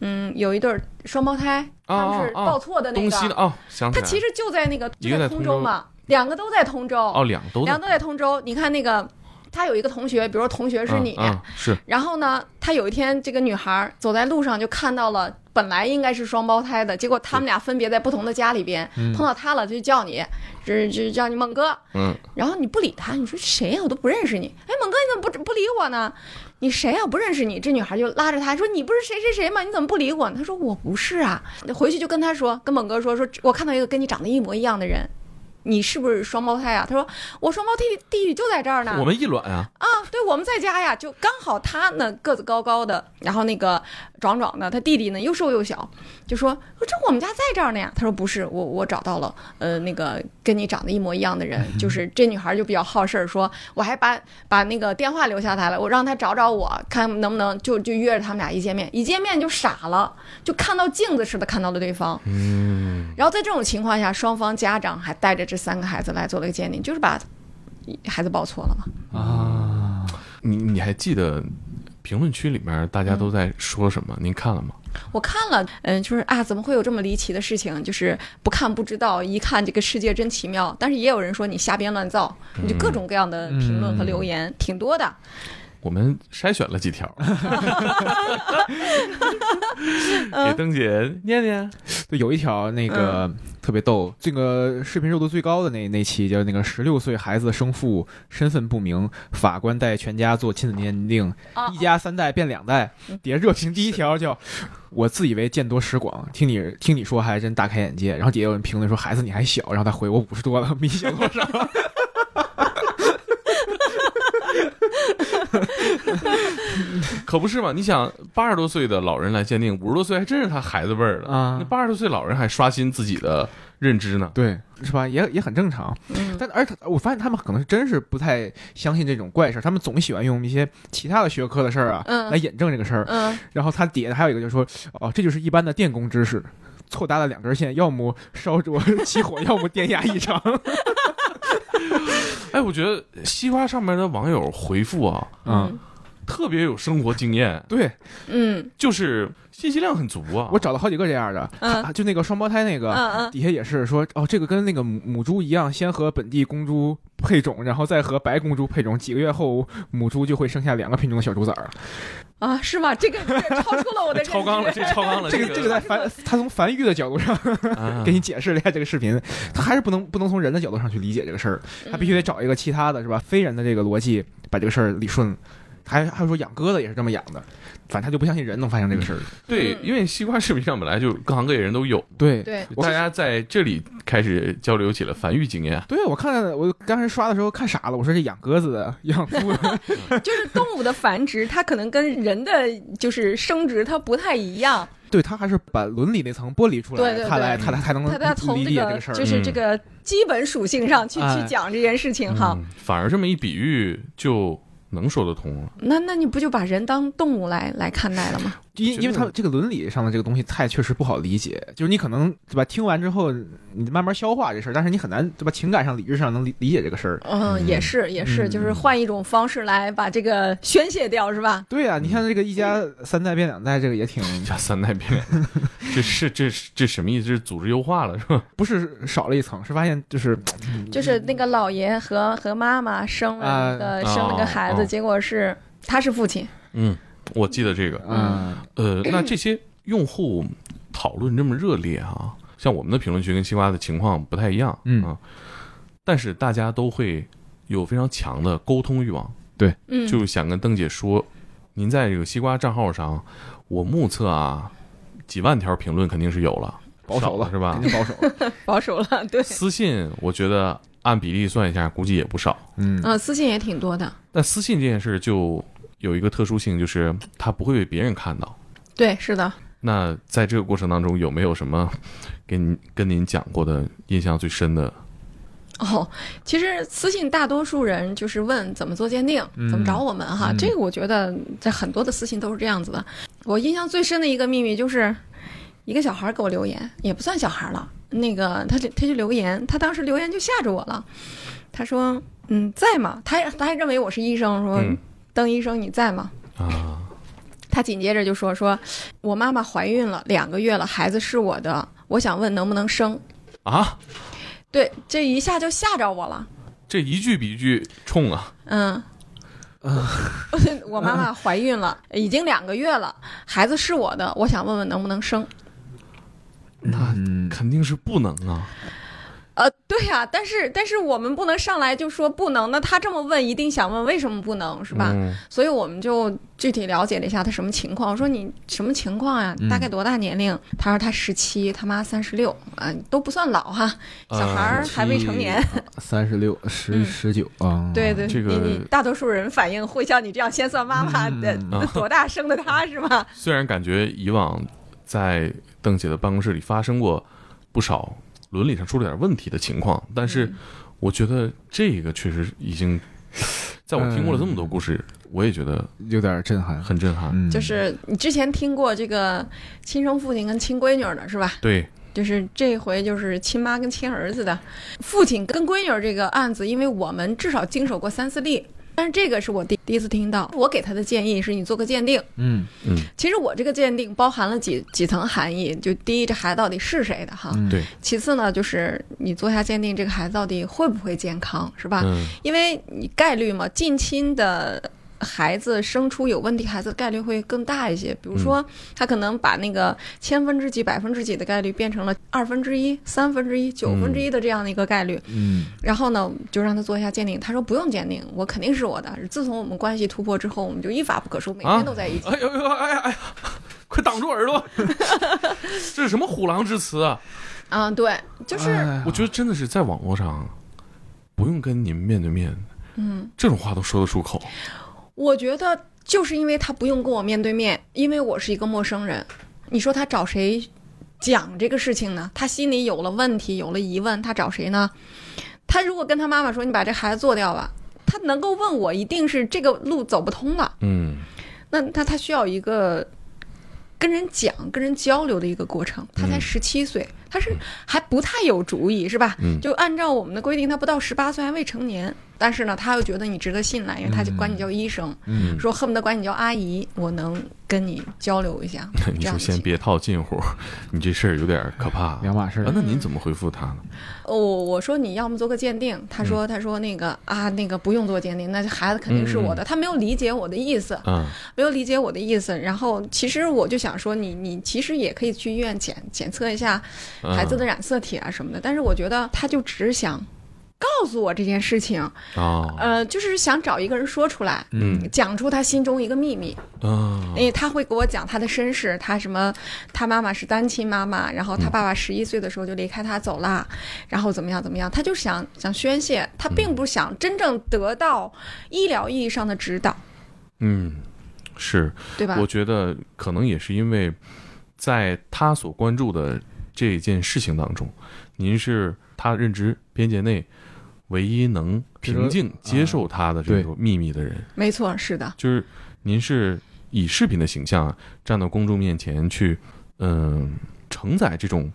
Speaker 2: 嗯，有一对儿双胞胎，他
Speaker 1: 啊
Speaker 2: 们是
Speaker 1: 啊啊
Speaker 2: 报错的那
Speaker 1: 东
Speaker 2: 个，
Speaker 1: 西的哦，想起
Speaker 2: 他
Speaker 1: 来
Speaker 2: 其
Speaker 1: 了，
Speaker 2: 实就在那个就
Speaker 1: 一个在
Speaker 2: 通
Speaker 1: 通
Speaker 2: 州
Speaker 1: 州
Speaker 2: 嘛，两个都在通州，
Speaker 1: 哦，两个都
Speaker 2: 两个都在通州。你看那个，他有一个同学，比如说同学是你，
Speaker 1: 嗯嗯是
Speaker 2: 然后呢，他有一天这个女孩儿走在路上就看到了，本来应该是双胞胎的，结果他们俩分别在不同的家里边、碰到他了，就叫你，这这叫你猛哥，
Speaker 1: 嗯，
Speaker 2: 然后你不理他，你说谁呀、我都不认识你。哎，猛哥，你怎么不不理我呢？你谁呀、我不认识你。这女孩就拉着他说：“你不是谁谁谁吗？你怎么不理我呢？”他说：“我不是啊。”回去就跟他说，跟猛哥说说，我看到一个跟你长得一模一样的人，你是不是双胞胎啊？他说：“我双胞胎地狱就在这儿呢。”
Speaker 1: 我们一卵啊，
Speaker 2: 啊，对，我们在家呀，就刚好他呢个子高高的，然后那个壮壮的，他弟弟呢又瘦又小，就说呃这我们家在这儿呢呀。他说不是，我我找到了，呃，那个跟你长得一模一样的人，就是这女孩就比较好事儿，说我还把把那个电话留下来了，我让他找找我，看能不能就就约着他们俩一见面，一见面就傻了，就看到镜子似的看到了对方。
Speaker 1: 嗯，
Speaker 2: 然后在这种情况下，双方家长还带着这三个孩子来做了个鉴定，就是把孩子抱错了嘛。啊
Speaker 1: 你你还记得评论区里面大家
Speaker 3: 嗯
Speaker 1: 都在说什么？您看了吗？
Speaker 2: 我看了，嗯，就是啊，怎么会有这么离奇的事情？就是不看不知道，一看这个世界真奇妙。但是也有人说你瞎编乱造，你就各种各样的
Speaker 3: 嗯
Speaker 2: 评论和留言、挺多的。
Speaker 1: 我们筛选了几条，
Speaker 3: [laughs] 嗯
Speaker 1: 给邓姐念念。
Speaker 3: 对，有一条
Speaker 2: 嗯
Speaker 3: 那个特别逗，这个视频热度最高的那那期叫那个十六岁孩子的生父身份不明，法官带全家做亲子鉴定，
Speaker 2: 啊
Speaker 3: 一家三代变两代，
Speaker 2: 嗯
Speaker 3: 底下热评第一条叫“我自以为见多识广”，听你听你说还真大开眼界。然后底下有人评论说“孩子你还小”，然后他回我五十多了，没小多少。
Speaker 1: 可不是嘛？你想，八十多岁的老人来鉴定，五十多岁还真是他孩子辈儿了
Speaker 3: 啊
Speaker 1: 那八十多岁老人还刷新自己的认知呢。
Speaker 3: [laughs] 对，是吧？也也很正常。 [laughs]
Speaker 2: 嗯，
Speaker 3: 但而他我发现他们可能是真是不太相信这种怪事儿，他们总喜欢用一些其他的学科的事儿啊、
Speaker 2: 嗯
Speaker 3: 来引证这个事儿。
Speaker 2: 嗯，
Speaker 3: 然后他底下还有一个就是说，哦，这就是一般的电工知识，错搭了两根线，要么烧
Speaker 2: [laughs]
Speaker 3: 灼起火，要么电压异常。
Speaker 1: 哎，我觉得西瓜上面的网友回复啊，
Speaker 3: 啊、
Speaker 2: 嗯，
Speaker 1: 特别有生活经验，
Speaker 3: 对
Speaker 2: 嗯，
Speaker 1: 就是信息量很足啊。
Speaker 3: 我找了好几个这样的，啊
Speaker 2: 嗯
Speaker 3: 他就那个双胞胎那个。
Speaker 2: 嗯嗯，
Speaker 3: 底下也是说哦，这个跟那个母母猪一样，先和本地公猪配种，然后再和白公猪配种，几个月后母猪就会生下两个品种的小猪崽儿。
Speaker 2: 啊，是吗？这个这个超出了
Speaker 3: [laughs]
Speaker 2: 我的认知
Speaker 1: 超纲了，这超纲了，
Speaker 3: 这个这个在繁，他从繁育的角度上
Speaker 1: 啊
Speaker 3: 给你解释了一下这个视频，他还是不能不能从人的角度上去理解这个事儿，
Speaker 2: 嗯
Speaker 3: 他必须得找一个其他的是吧？非人的这个逻辑把这个事儿理顺。还还有说养鸽子也是这么养的，反正他就不相信人能发生这个事儿。
Speaker 1: 对，因为西瓜视频上本来就各行各业人都有，
Speaker 3: 对
Speaker 2: 对，
Speaker 3: 我
Speaker 1: 大家在这里开始交流起了繁育经验。啊
Speaker 3: 对，我看我刚才刷的时候看傻了，我说这养鸽子的、
Speaker 2: [laughs]
Speaker 3: 养 [laughs] 猪的，
Speaker 2: 就是动物的繁殖，它可能跟人的就是生殖它不太一样，
Speaker 3: 对他还是把伦理那层剥离出来，
Speaker 2: 对对对
Speaker 3: 看来他才才能
Speaker 2: 它它从
Speaker 3: 嗯理
Speaker 2: 这
Speaker 3: 解
Speaker 2: 个
Speaker 3: 事儿。嗯
Speaker 2: 就是这个基本属性上去去
Speaker 3: 哎
Speaker 2: 嗯
Speaker 3: 嗯
Speaker 2: 讲这件事情哈。
Speaker 1: 嗯，反而这么一比喻就能说得通了。
Speaker 2: 那那你不就把人当动物来来看待了吗？
Speaker 3: 因因为它这个伦理上的这个东西太确实不好理解，就是你可能对吧，听完之后你慢慢消化这事儿，但是你很难对吧，情感上、理智上能理理解这个事儿。
Speaker 2: 嗯，也是也是，
Speaker 1: 嗯
Speaker 2: 就是换一种方式来把这个宣泄掉，是吧？
Speaker 3: 对啊，你看这个一家三代变两代，这个也 [laughs] 挺
Speaker 1: 叫三代变两
Speaker 3: [laughs]
Speaker 1: 代，这是这是这什么意思？这是组织优化了是吧？
Speaker 3: 不是少了一层，是发现就是
Speaker 2: 就是那个姥爷和和妈妈生了一个
Speaker 1: 嗯啊
Speaker 2: 生了个孩
Speaker 1: 哦
Speaker 2: 子，
Speaker 1: 哦
Speaker 2: 结果是他是父亲，
Speaker 1: 嗯，我记得这个。
Speaker 3: 嗯
Speaker 1: 呃，那这些用户讨论这么热烈啊，像我们的评论区跟西瓜的情况不太一样，
Speaker 3: 嗯
Speaker 1: 啊，但是大家都会有非常强的沟通欲望，
Speaker 2: 嗯，
Speaker 1: 就想跟邓姐说，您在这个西瓜账号上，我目测啊，几万条评论肯定是有
Speaker 2: [laughs]
Speaker 1: 了，
Speaker 3: 保守
Speaker 1: 少了是吧
Speaker 3: 肯？定保守 [laughs] 了。
Speaker 2: 保守了，对，
Speaker 1: 私信我觉得按比例算一下，估计也不少。
Speaker 3: 嗯
Speaker 2: 嗯，私信也挺多的，
Speaker 1: 但私信这件事就有一个特殊性，就是它不会被别人看到。
Speaker 2: 对，是的，
Speaker 1: 那在这个过程当中，有没有什么给您跟您讲过的印象最深的？
Speaker 2: [laughs] 哦，其实私信大多数人就是问怎么做鉴定，
Speaker 3: 嗯
Speaker 2: 怎么找我们哈。
Speaker 3: 嗯
Speaker 2: 这个我觉得在很多的私信都是这样子的。我印象最深的一个秘密就是，一个小孩给我留言，也不算小孩了，那个他就他就留言，他当时留言就吓着我了。他说：“嗯，在吗？”他还他还认为我是医生，说：“
Speaker 1: 嗯
Speaker 2: 邓医生你在吗 [laughs]
Speaker 1: 啊，？”
Speaker 2: 他紧接着就说：“说我妈妈怀孕了两个月了，孩子是我的，我想问能不能生。
Speaker 1: 啊，”
Speaker 2: 对，这一下就吓着我了。
Speaker 1: 这一句比一句冲啊！
Speaker 2: 嗯， [laughs] 我妈妈怀孕了，已经两个月了，孩子是我的，我想问问能不能生。
Speaker 1: 那
Speaker 3: 嗯
Speaker 1: 肯定是不能啊。
Speaker 2: 呃，对呀、但是但是我们不能上来就说不能，那他这么问，一定想问为什么不能是吧？
Speaker 1: 嗯
Speaker 2: 所以我们就具体了解了一下他什么情况。我说你什么情况呀、
Speaker 3: 嗯
Speaker 2: 大概多大年龄？他说他十七，他妈三十六，啊，都不算老哈，
Speaker 1: 呃
Speaker 2: 小孩儿还未成年。
Speaker 3: 三十六十
Speaker 2: 嗯
Speaker 3: 十九啊，
Speaker 2: 对对，
Speaker 1: 啊这个
Speaker 2: 你你大多数人反应会像你这样先算妈妈的、
Speaker 1: 嗯啊
Speaker 2: 多大生的他是吧？
Speaker 1: 虽然感觉以往在邓姐的办公室里发生过不少伦理上出了点问题的情况，但
Speaker 2: 嗯
Speaker 1: 是我觉得这个确实已经，在我听过了这么多故事，我也觉得
Speaker 3: 有点震撼，
Speaker 1: 很震撼。
Speaker 3: 嗯
Speaker 2: 就是你之前听过这个亲生父亲跟亲闺女儿的是吧？
Speaker 1: 对，
Speaker 2: 就是这回就是亲妈跟亲儿子的，父亲跟闺女儿这个案子，因为我们至少经手过三四例，但是这个是我第第一次听到。我给他的建议是你做个鉴定，
Speaker 3: 嗯
Speaker 1: 嗯，
Speaker 2: 其实我这个鉴定包含了几几层含义，就第一这孩子到底是谁的哈，
Speaker 3: 嗯
Speaker 1: 对，
Speaker 2: 其次呢就是你做下鉴定这个孩子到底会不会健康是吧？
Speaker 1: 嗯
Speaker 2: 因为你概率嘛，近亲的孩子生出有问题孩子的概率会更大一些。比如说，他可能把那个千分之几、百分之几的概率变成了二分之一、三分之一、九分之一的这样的一个概率。
Speaker 3: 嗯
Speaker 2: 然后呢，就让他做一下鉴定。他说不用鉴定，我肯定是我的。自从我们关系突破之后，我们就一发不可收，每
Speaker 1: 啊
Speaker 2: 天都在一起。
Speaker 1: 哎呦哎呦哎呀哎呀！快挡住耳朵！ [laughs] 这是什么虎狼之词啊？
Speaker 2: 嗯，对，就是、
Speaker 3: 哎
Speaker 1: 我觉得真的是在网络上，不用跟您面对面，嗯，这种话都说得出口。
Speaker 2: 我觉得就是因为他不用跟我面对面，因为我是一个陌生人。你说他找谁讲这个事情呢？他心里有了问题，有了疑问，他找谁呢？他如果跟他妈妈说：“你把这孩子做掉吧。”他能够问我，一定是这个路走不通了。
Speaker 1: 嗯
Speaker 2: 那他他需要一个跟人讲、跟人交流的一个过程。他才
Speaker 1: 嗯
Speaker 2: 十七岁，他是还不太有主意，是吧？
Speaker 1: 嗯
Speaker 2: 就按照我们的规定，他不到十八岁还未成年，但是呢，他又觉得你值得信赖，因为他就管你叫医生。
Speaker 1: 嗯，
Speaker 2: 说恨不得管你叫阿姨，我能跟你交流一下
Speaker 1: [laughs] 。你
Speaker 2: 这样
Speaker 1: 就
Speaker 2: 的
Speaker 1: 先
Speaker 2: 情
Speaker 1: 别套近乎，你这事儿有点可怕啊。
Speaker 3: 两码事
Speaker 1: 啊
Speaker 2: 嗯
Speaker 3: 儿，
Speaker 1: 那您怎么回复他呢？
Speaker 2: 我哦我说你要么做个鉴定，
Speaker 1: 嗯
Speaker 2: 他说他说那个啊那个不用做鉴定，那孩子肯定是
Speaker 1: 嗯
Speaker 2: 我的，他没有理解我的意思，
Speaker 3: 嗯
Speaker 1: 啊，
Speaker 2: 没有理解我的意思。然后其实我就想说你你其实也可以去医院检检测一下
Speaker 1: 嗯
Speaker 2: 孩子的染色体啊什么的，但是我觉得他就只是想告诉我这件事情，
Speaker 1: 啊，
Speaker 2: 呃，就是想找一个人说出来。
Speaker 1: 嗯
Speaker 2: 讲出他心中一个秘密，
Speaker 1: 啊，
Speaker 2: 因为哎他会给我讲他的身世，他什么，他妈妈是单亲妈妈，然后他爸爸十一岁的时候就离开他走了，然后怎么样怎么样，他就想想宣泄，他并不想真正得到医疗意义上的指导，
Speaker 1: 嗯，是，
Speaker 2: 对吧
Speaker 1: 我？觉得可能也是因为，在他所关注的这件事情当中，您是他认知边界内唯一能
Speaker 3: 比如说啊
Speaker 1: 平静接受他的这个秘密的人，
Speaker 2: 没错，是的，
Speaker 1: 就是您是以视频的形象啊站到公众面前去，嗯、承载这种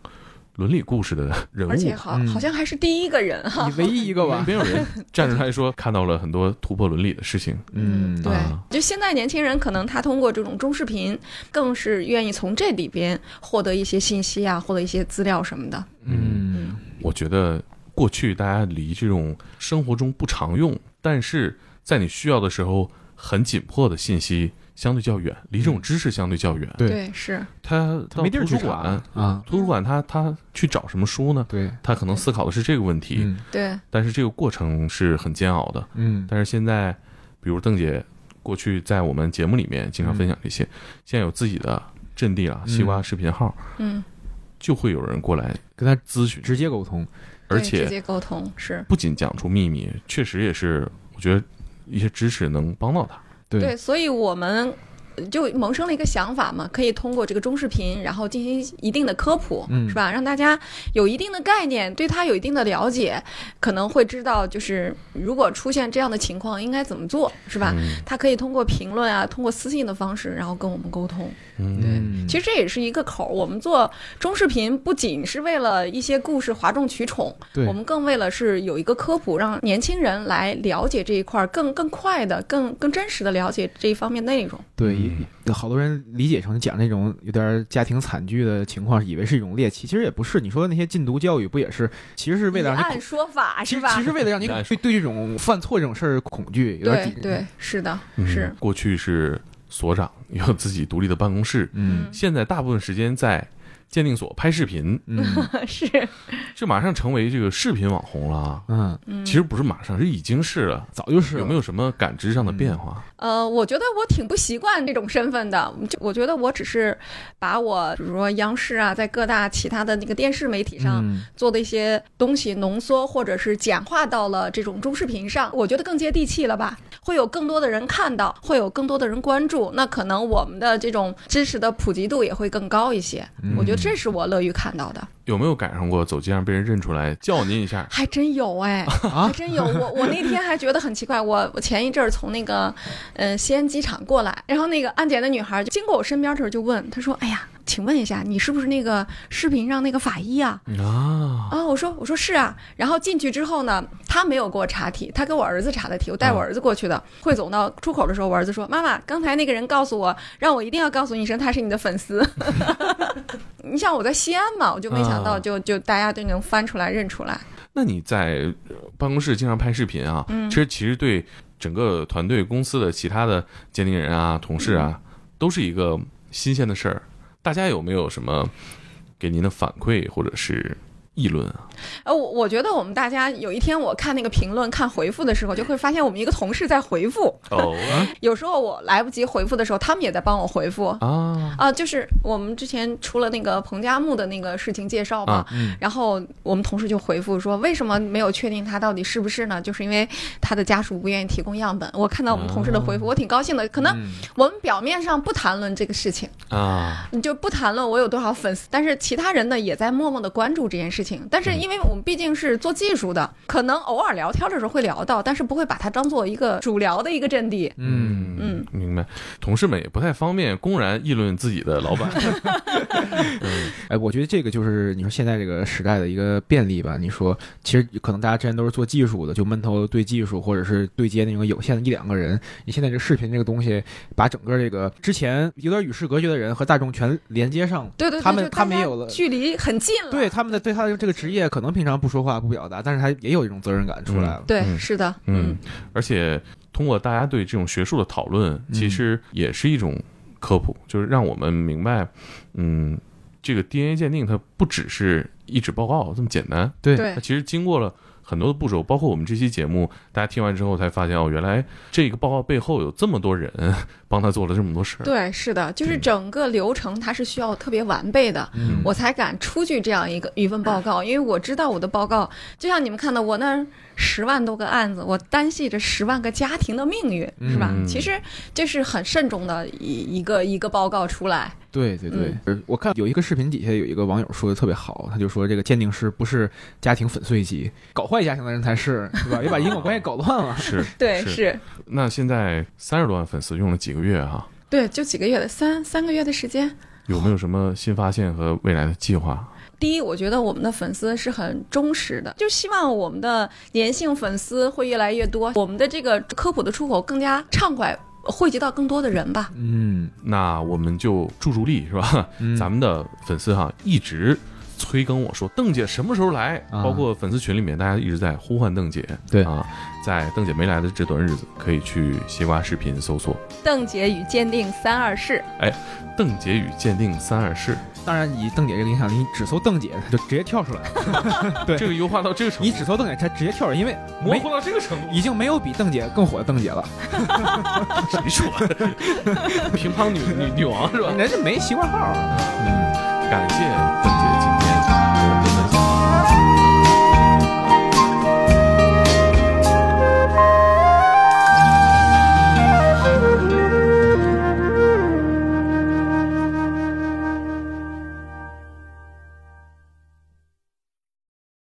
Speaker 1: 伦理故事的人
Speaker 2: 而且
Speaker 3: [laughs]
Speaker 1: 物。
Speaker 2: 好
Speaker 3: 嗯
Speaker 2: 好像还是第一个人哈
Speaker 3: 你。唯一一个
Speaker 2: [laughs]
Speaker 3: 吧，嗯
Speaker 1: 没有人站出来说看到了很多突破伦理的事情，
Speaker 2: 嗯，对
Speaker 1: 啊，
Speaker 2: 就现在年轻人可能他通过这种中视频，更是愿意从这里边获得一些信息啊，获得一些资料什么的。
Speaker 3: 嗯
Speaker 1: 我觉得过去大家离这种生活中不常用，但是在你需要的时候很紧迫的信息相对较远，离这种知识相对较远。
Speaker 3: 对
Speaker 2: 对，是
Speaker 1: 他
Speaker 2: 嗯
Speaker 3: 他
Speaker 1: 到
Speaker 3: 没地
Speaker 1: 图
Speaker 3: 儿
Speaker 1: 书
Speaker 3: 去查
Speaker 1: 馆，
Speaker 3: 啊，
Speaker 1: 图书馆他他去找什么书呢？
Speaker 3: 对，
Speaker 1: 他可能思考的是这个问题，
Speaker 3: 嗯
Speaker 2: 对，
Speaker 1: 但是这个过程是很煎熬的。
Speaker 3: 嗯
Speaker 1: 但是现在，比如邓姐过去在我们节目里面经常分享这些，现在有自己的阵地了，
Speaker 3: 嗯
Speaker 1: 西瓜视频号，
Speaker 2: 嗯，
Speaker 1: 就会有人过来
Speaker 3: 跟他
Speaker 1: 咨询，
Speaker 3: 直接沟通，
Speaker 1: 而
Speaker 2: 对直
Speaker 1: 且
Speaker 2: 接沟通是
Speaker 1: 不仅讲出秘密，确实也是我觉得一些知识能帮到他。
Speaker 2: 对，所以我们。就萌生了一个想法嘛，可以通过这个中视频，然后进行一定的科普，
Speaker 3: 嗯
Speaker 2: 是吧？让大家有一定的概念，对它有一定的了解，可能会知道，就是如果出现这样的情况应该怎么做，是吧？
Speaker 1: 嗯
Speaker 2: 他可以通过评论啊，通过私信的方式，然后跟我们沟通。
Speaker 1: 嗯
Speaker 2: 对，
Speaker 3: 嗯
Speaker 2: 其实这也是一个口儿。我们做中视频不仅是为了一些故事哗众取宠，
Speaker 3: 对
Speaker 2: 我们更为了是有一个科普，让年轻人来了解这一块儿，更更快的、更更真实的了解这一方面内容。
Speaker 3: 对，
Speaker 1: 嗯
Speaker 3: 也好多人理解成讲那种有点家庭惨剧的情况，以为是一种猎奇，其实也不是。你说的那些禁毒教育，不也是其实是为了让
Speaker 2: 以
Speaker 3: 你
Speaker 2: 按
Speaker 3: 恐，
Speaker 2: 说法是
Speaker 3: 其实
Speaker 2: 吧
Speaker 3: 其？
Speaker 2: [laughs]
Speaker 3: 实为了让你
Speaker 1: 你
Speaker 3: 对
Speaker 1: 按
Speaker 3: 对这种犯错这种事儿恐惧，有点
Speaker 2: 对
Speaker 3: 抵
Speaker 2: 对，是的，
Speaker 1: 嗯
Speaker 2: 是
Speaker 1: 过去是所长 [laughs] 有自己独立的办公室，
Speaker 3: 嗯
Speaker 1: 现在大部分时间在鉴定所拍视频，
Speaker 3: 嗯
Speaker 2: [laughs] 是，
Speaker 1: 这马上成为这个视频网红了啊。
Speaker 3: 嗯，
Speaker 2: 嗯，
Speaker 1: 其实不是马上，是已经是了。
Speaker 3: 早就是
Speaker 1: 有没
Speaker 3: 有？
Speaker 1: 有什么感知上的变化？
Speaker 2: 呃，我觉得我挺不习惯这种身份的，就我觉得我只是把我比如说央视啊，在各大其他的那个电视媒体 [laughs] 上。
Speaker 3: 嗯
Speaker 2: 做的一些东西浓缩或者是简化到了这种中视频上，我觉得更接地气了吧，会有更多的人看到，会有更多的人关注，那可能我们的这种知识的普及度也会更高一些。
Speaker 3: 嗯
Speaker 2: 我觉得这是我乐于看到的，
Speaker 1: 有没有赶上过走街上被人认出来叫您一下？
Speaker 2: 还真有哎，还真有。我我那天还觉得很奇怪，我我前一阵儿从那个呃西安机场过来，然后那个安检的女孩就经过我身边的时候就问，她说：“哎呀，请问一下，你是不是那个视频上那个法医啊？”
Speaker 1: 啊，
Speaker 2: 啊、我说我说是啊，然后进去之后呢，他没有给我查题，他给我儿子查的题，我带我儿子过去的。汇总到出口的时候，我儿子说：“妈妈，刚才那个人告诉我，让我一定要告诉你一声，他是你的粉丝。”你想我在西安嘛，我就没想到
Speaker 1: 啊
Speaker 2: 就，就大家就能翻出来认出来。
Speaker 1: 那你在呃办公室经常拍视频啊，其实其实对整个团队、公司的其他的鉴定人啊、同事啊，都是一个新鲜的事儿。大家有没有什么给您的反馈或者是议论啊？
Speaker 2: 呃，我我觉得我们大家有一天我看那个评论、看回复的时候，就会发现我们一个同事在回复，
Speaker 1: 哦
Speaker 2: 有时候我来不及回复的时候，他们也在帮我回复。
Speaker 1: 啊，
Speaker 2: 啊，就是我们之前出了那个彭加木的那个事情介绍嘛，
Speaker 1: 啊
Speaker 3: 嗯
Speaker 2: 然后我们同事就回复说，为什么没有确定他到底是不是呢？就是因为他的家属不愿意提供样本。我看到我们同事的回复，我挺高兴的。可能
Speaker 3: 啊嗯
Speaker 2: 我们表面上不谈论这个事情，
Speaker 1: 啊，
Speaker 2: 你就不谈论我有多少粉丝，但是其他人呢也在默默的关注这件事情。但是因为我们毕竟是做技术的，可能偶尔聊天的时候会聊到，但是不会把它当做一个主聊的一个阵地。
Speaker 3: 嗯，
Speaker 2: 嗯，
Speaker 1: 明白。同事们也不太方便公然议论自己的老板。
Speaker 3: 哎，我觉得这个就是你说现在这个时代的一个便利吧。你说，其实可能大家之前都是做技术的，就闷头对技术，或者是对接那种有限的一两个人。你现在这个视频这个东西，把整个这个之前有点与世隔绝的人和大众全连接上，
Speaker 2: 对对对，
Speaker 3: 他们
Speaker 2: 就
Speaker 3: 他
Speaker 2: 大
Speaker 3: 们
Speaker 2: 家
Speaker 3: 也有了
Speaker 2: 距离很近了。
Speaker 3: 对他们的对他的这个职业，可能平常不说话不表达，但是他也有一种责任感出来了。
Speaker 2: 对，
Speaker 1: 嗯
Speaker 2: 是的，
Speaker 1: 嗯，而且通过大家对这种学术的讨论，
Speaker 2: 嗯
Speaker 1: 其实也是一种科普，就是让我们明白，嗯，这个 DNA 鉴定它不只是一纸报告这么简单，
Speaker 3: 对嗯
Speaker 2: 对
Speaker 1: 它其实经过了。很多的步骤，包括我们这期节目，大家听完之后才发现哦，原来这个报告背后有这么多人 [laughs] 帮他做了这么多事儿。
Speaker 2: 对，是的，就是
Speaker 1: 对
Speaker 2: 整个流程它是需要特别完备的，
Speaker 3: 嗯
Speaker 2: 我才敢出具这样一个一份报告，因为我知道我的报告，就像你们看到我那十万多个案子，我担系着十万个家庭的命运，是吧？
Speaker 1: 嗯。
Speaker 2: 其实这是很慎重的一一个一个报告出来，
Speaker 3: 对对对，呃我看有一个视频底下有一个网友说的特别好，他就说这个鉴定师不是家庭粉碎机，搞坏家庭的人才是，是吧？也把因果关系搞乱了 [laughs]
Speaker 1: 是，
Speaker 2: 对，
Speaker 1: 是
Speaker 2: 是，
Speaker 1: 那现在三十多万粉丝用了几个月啊，
Speaker 4: 对，就几个月的三三个月的时间。
Speaker 1: 有没有什么新发现和未来的计划？
Speaker 2: 第一，我觉得我们的粉丝是很忠实的，就希望我们的粘性粉丝会越来越多，我们的这个科普的出口更加畅快，汇集到更多的人吧。
Speaker 3: 嗯，
Speaker 1: 那我们就助助力是吧？
Speaker 3: 嗯
Speaker 1: 咱们的粉丝哈一直催更我说邓姐什么时候来？
Speaker 3: 啊
Speaker 1: 包括粉丝群里面大家一直在呼唤邓姐，
Speaker 3: 对
Speaker 1: 啊，在邓姐没来的这段日子，可以去西瓜视频搜索
Speaker 2: 邓婕与鉴定三二式，
Speaker 1: “邓姐与鉴定三二事
Speaker 3: 当然以邓姐这个影响力，你只搜邓姐，她就直接跳出来了。”，对
Speaker 1: 这个优化到这个程
Speaker 3: 你
Speaker 1: 度，
Speaker 3: 只搜邓姐，她直接跳出来，因为
Speaker 1: 模
Speaker 3: 没
Speaker 1: 糊到这个程度，
Speaker 3: 已经没有比邓姐更火的邓姐了，
Speaker 1: 谁 [laughs] 说的？乒乓女女女王是吧？
Speaker 3: 人家没习惯号啊。嗯。
Speaker 1: 感谢本期。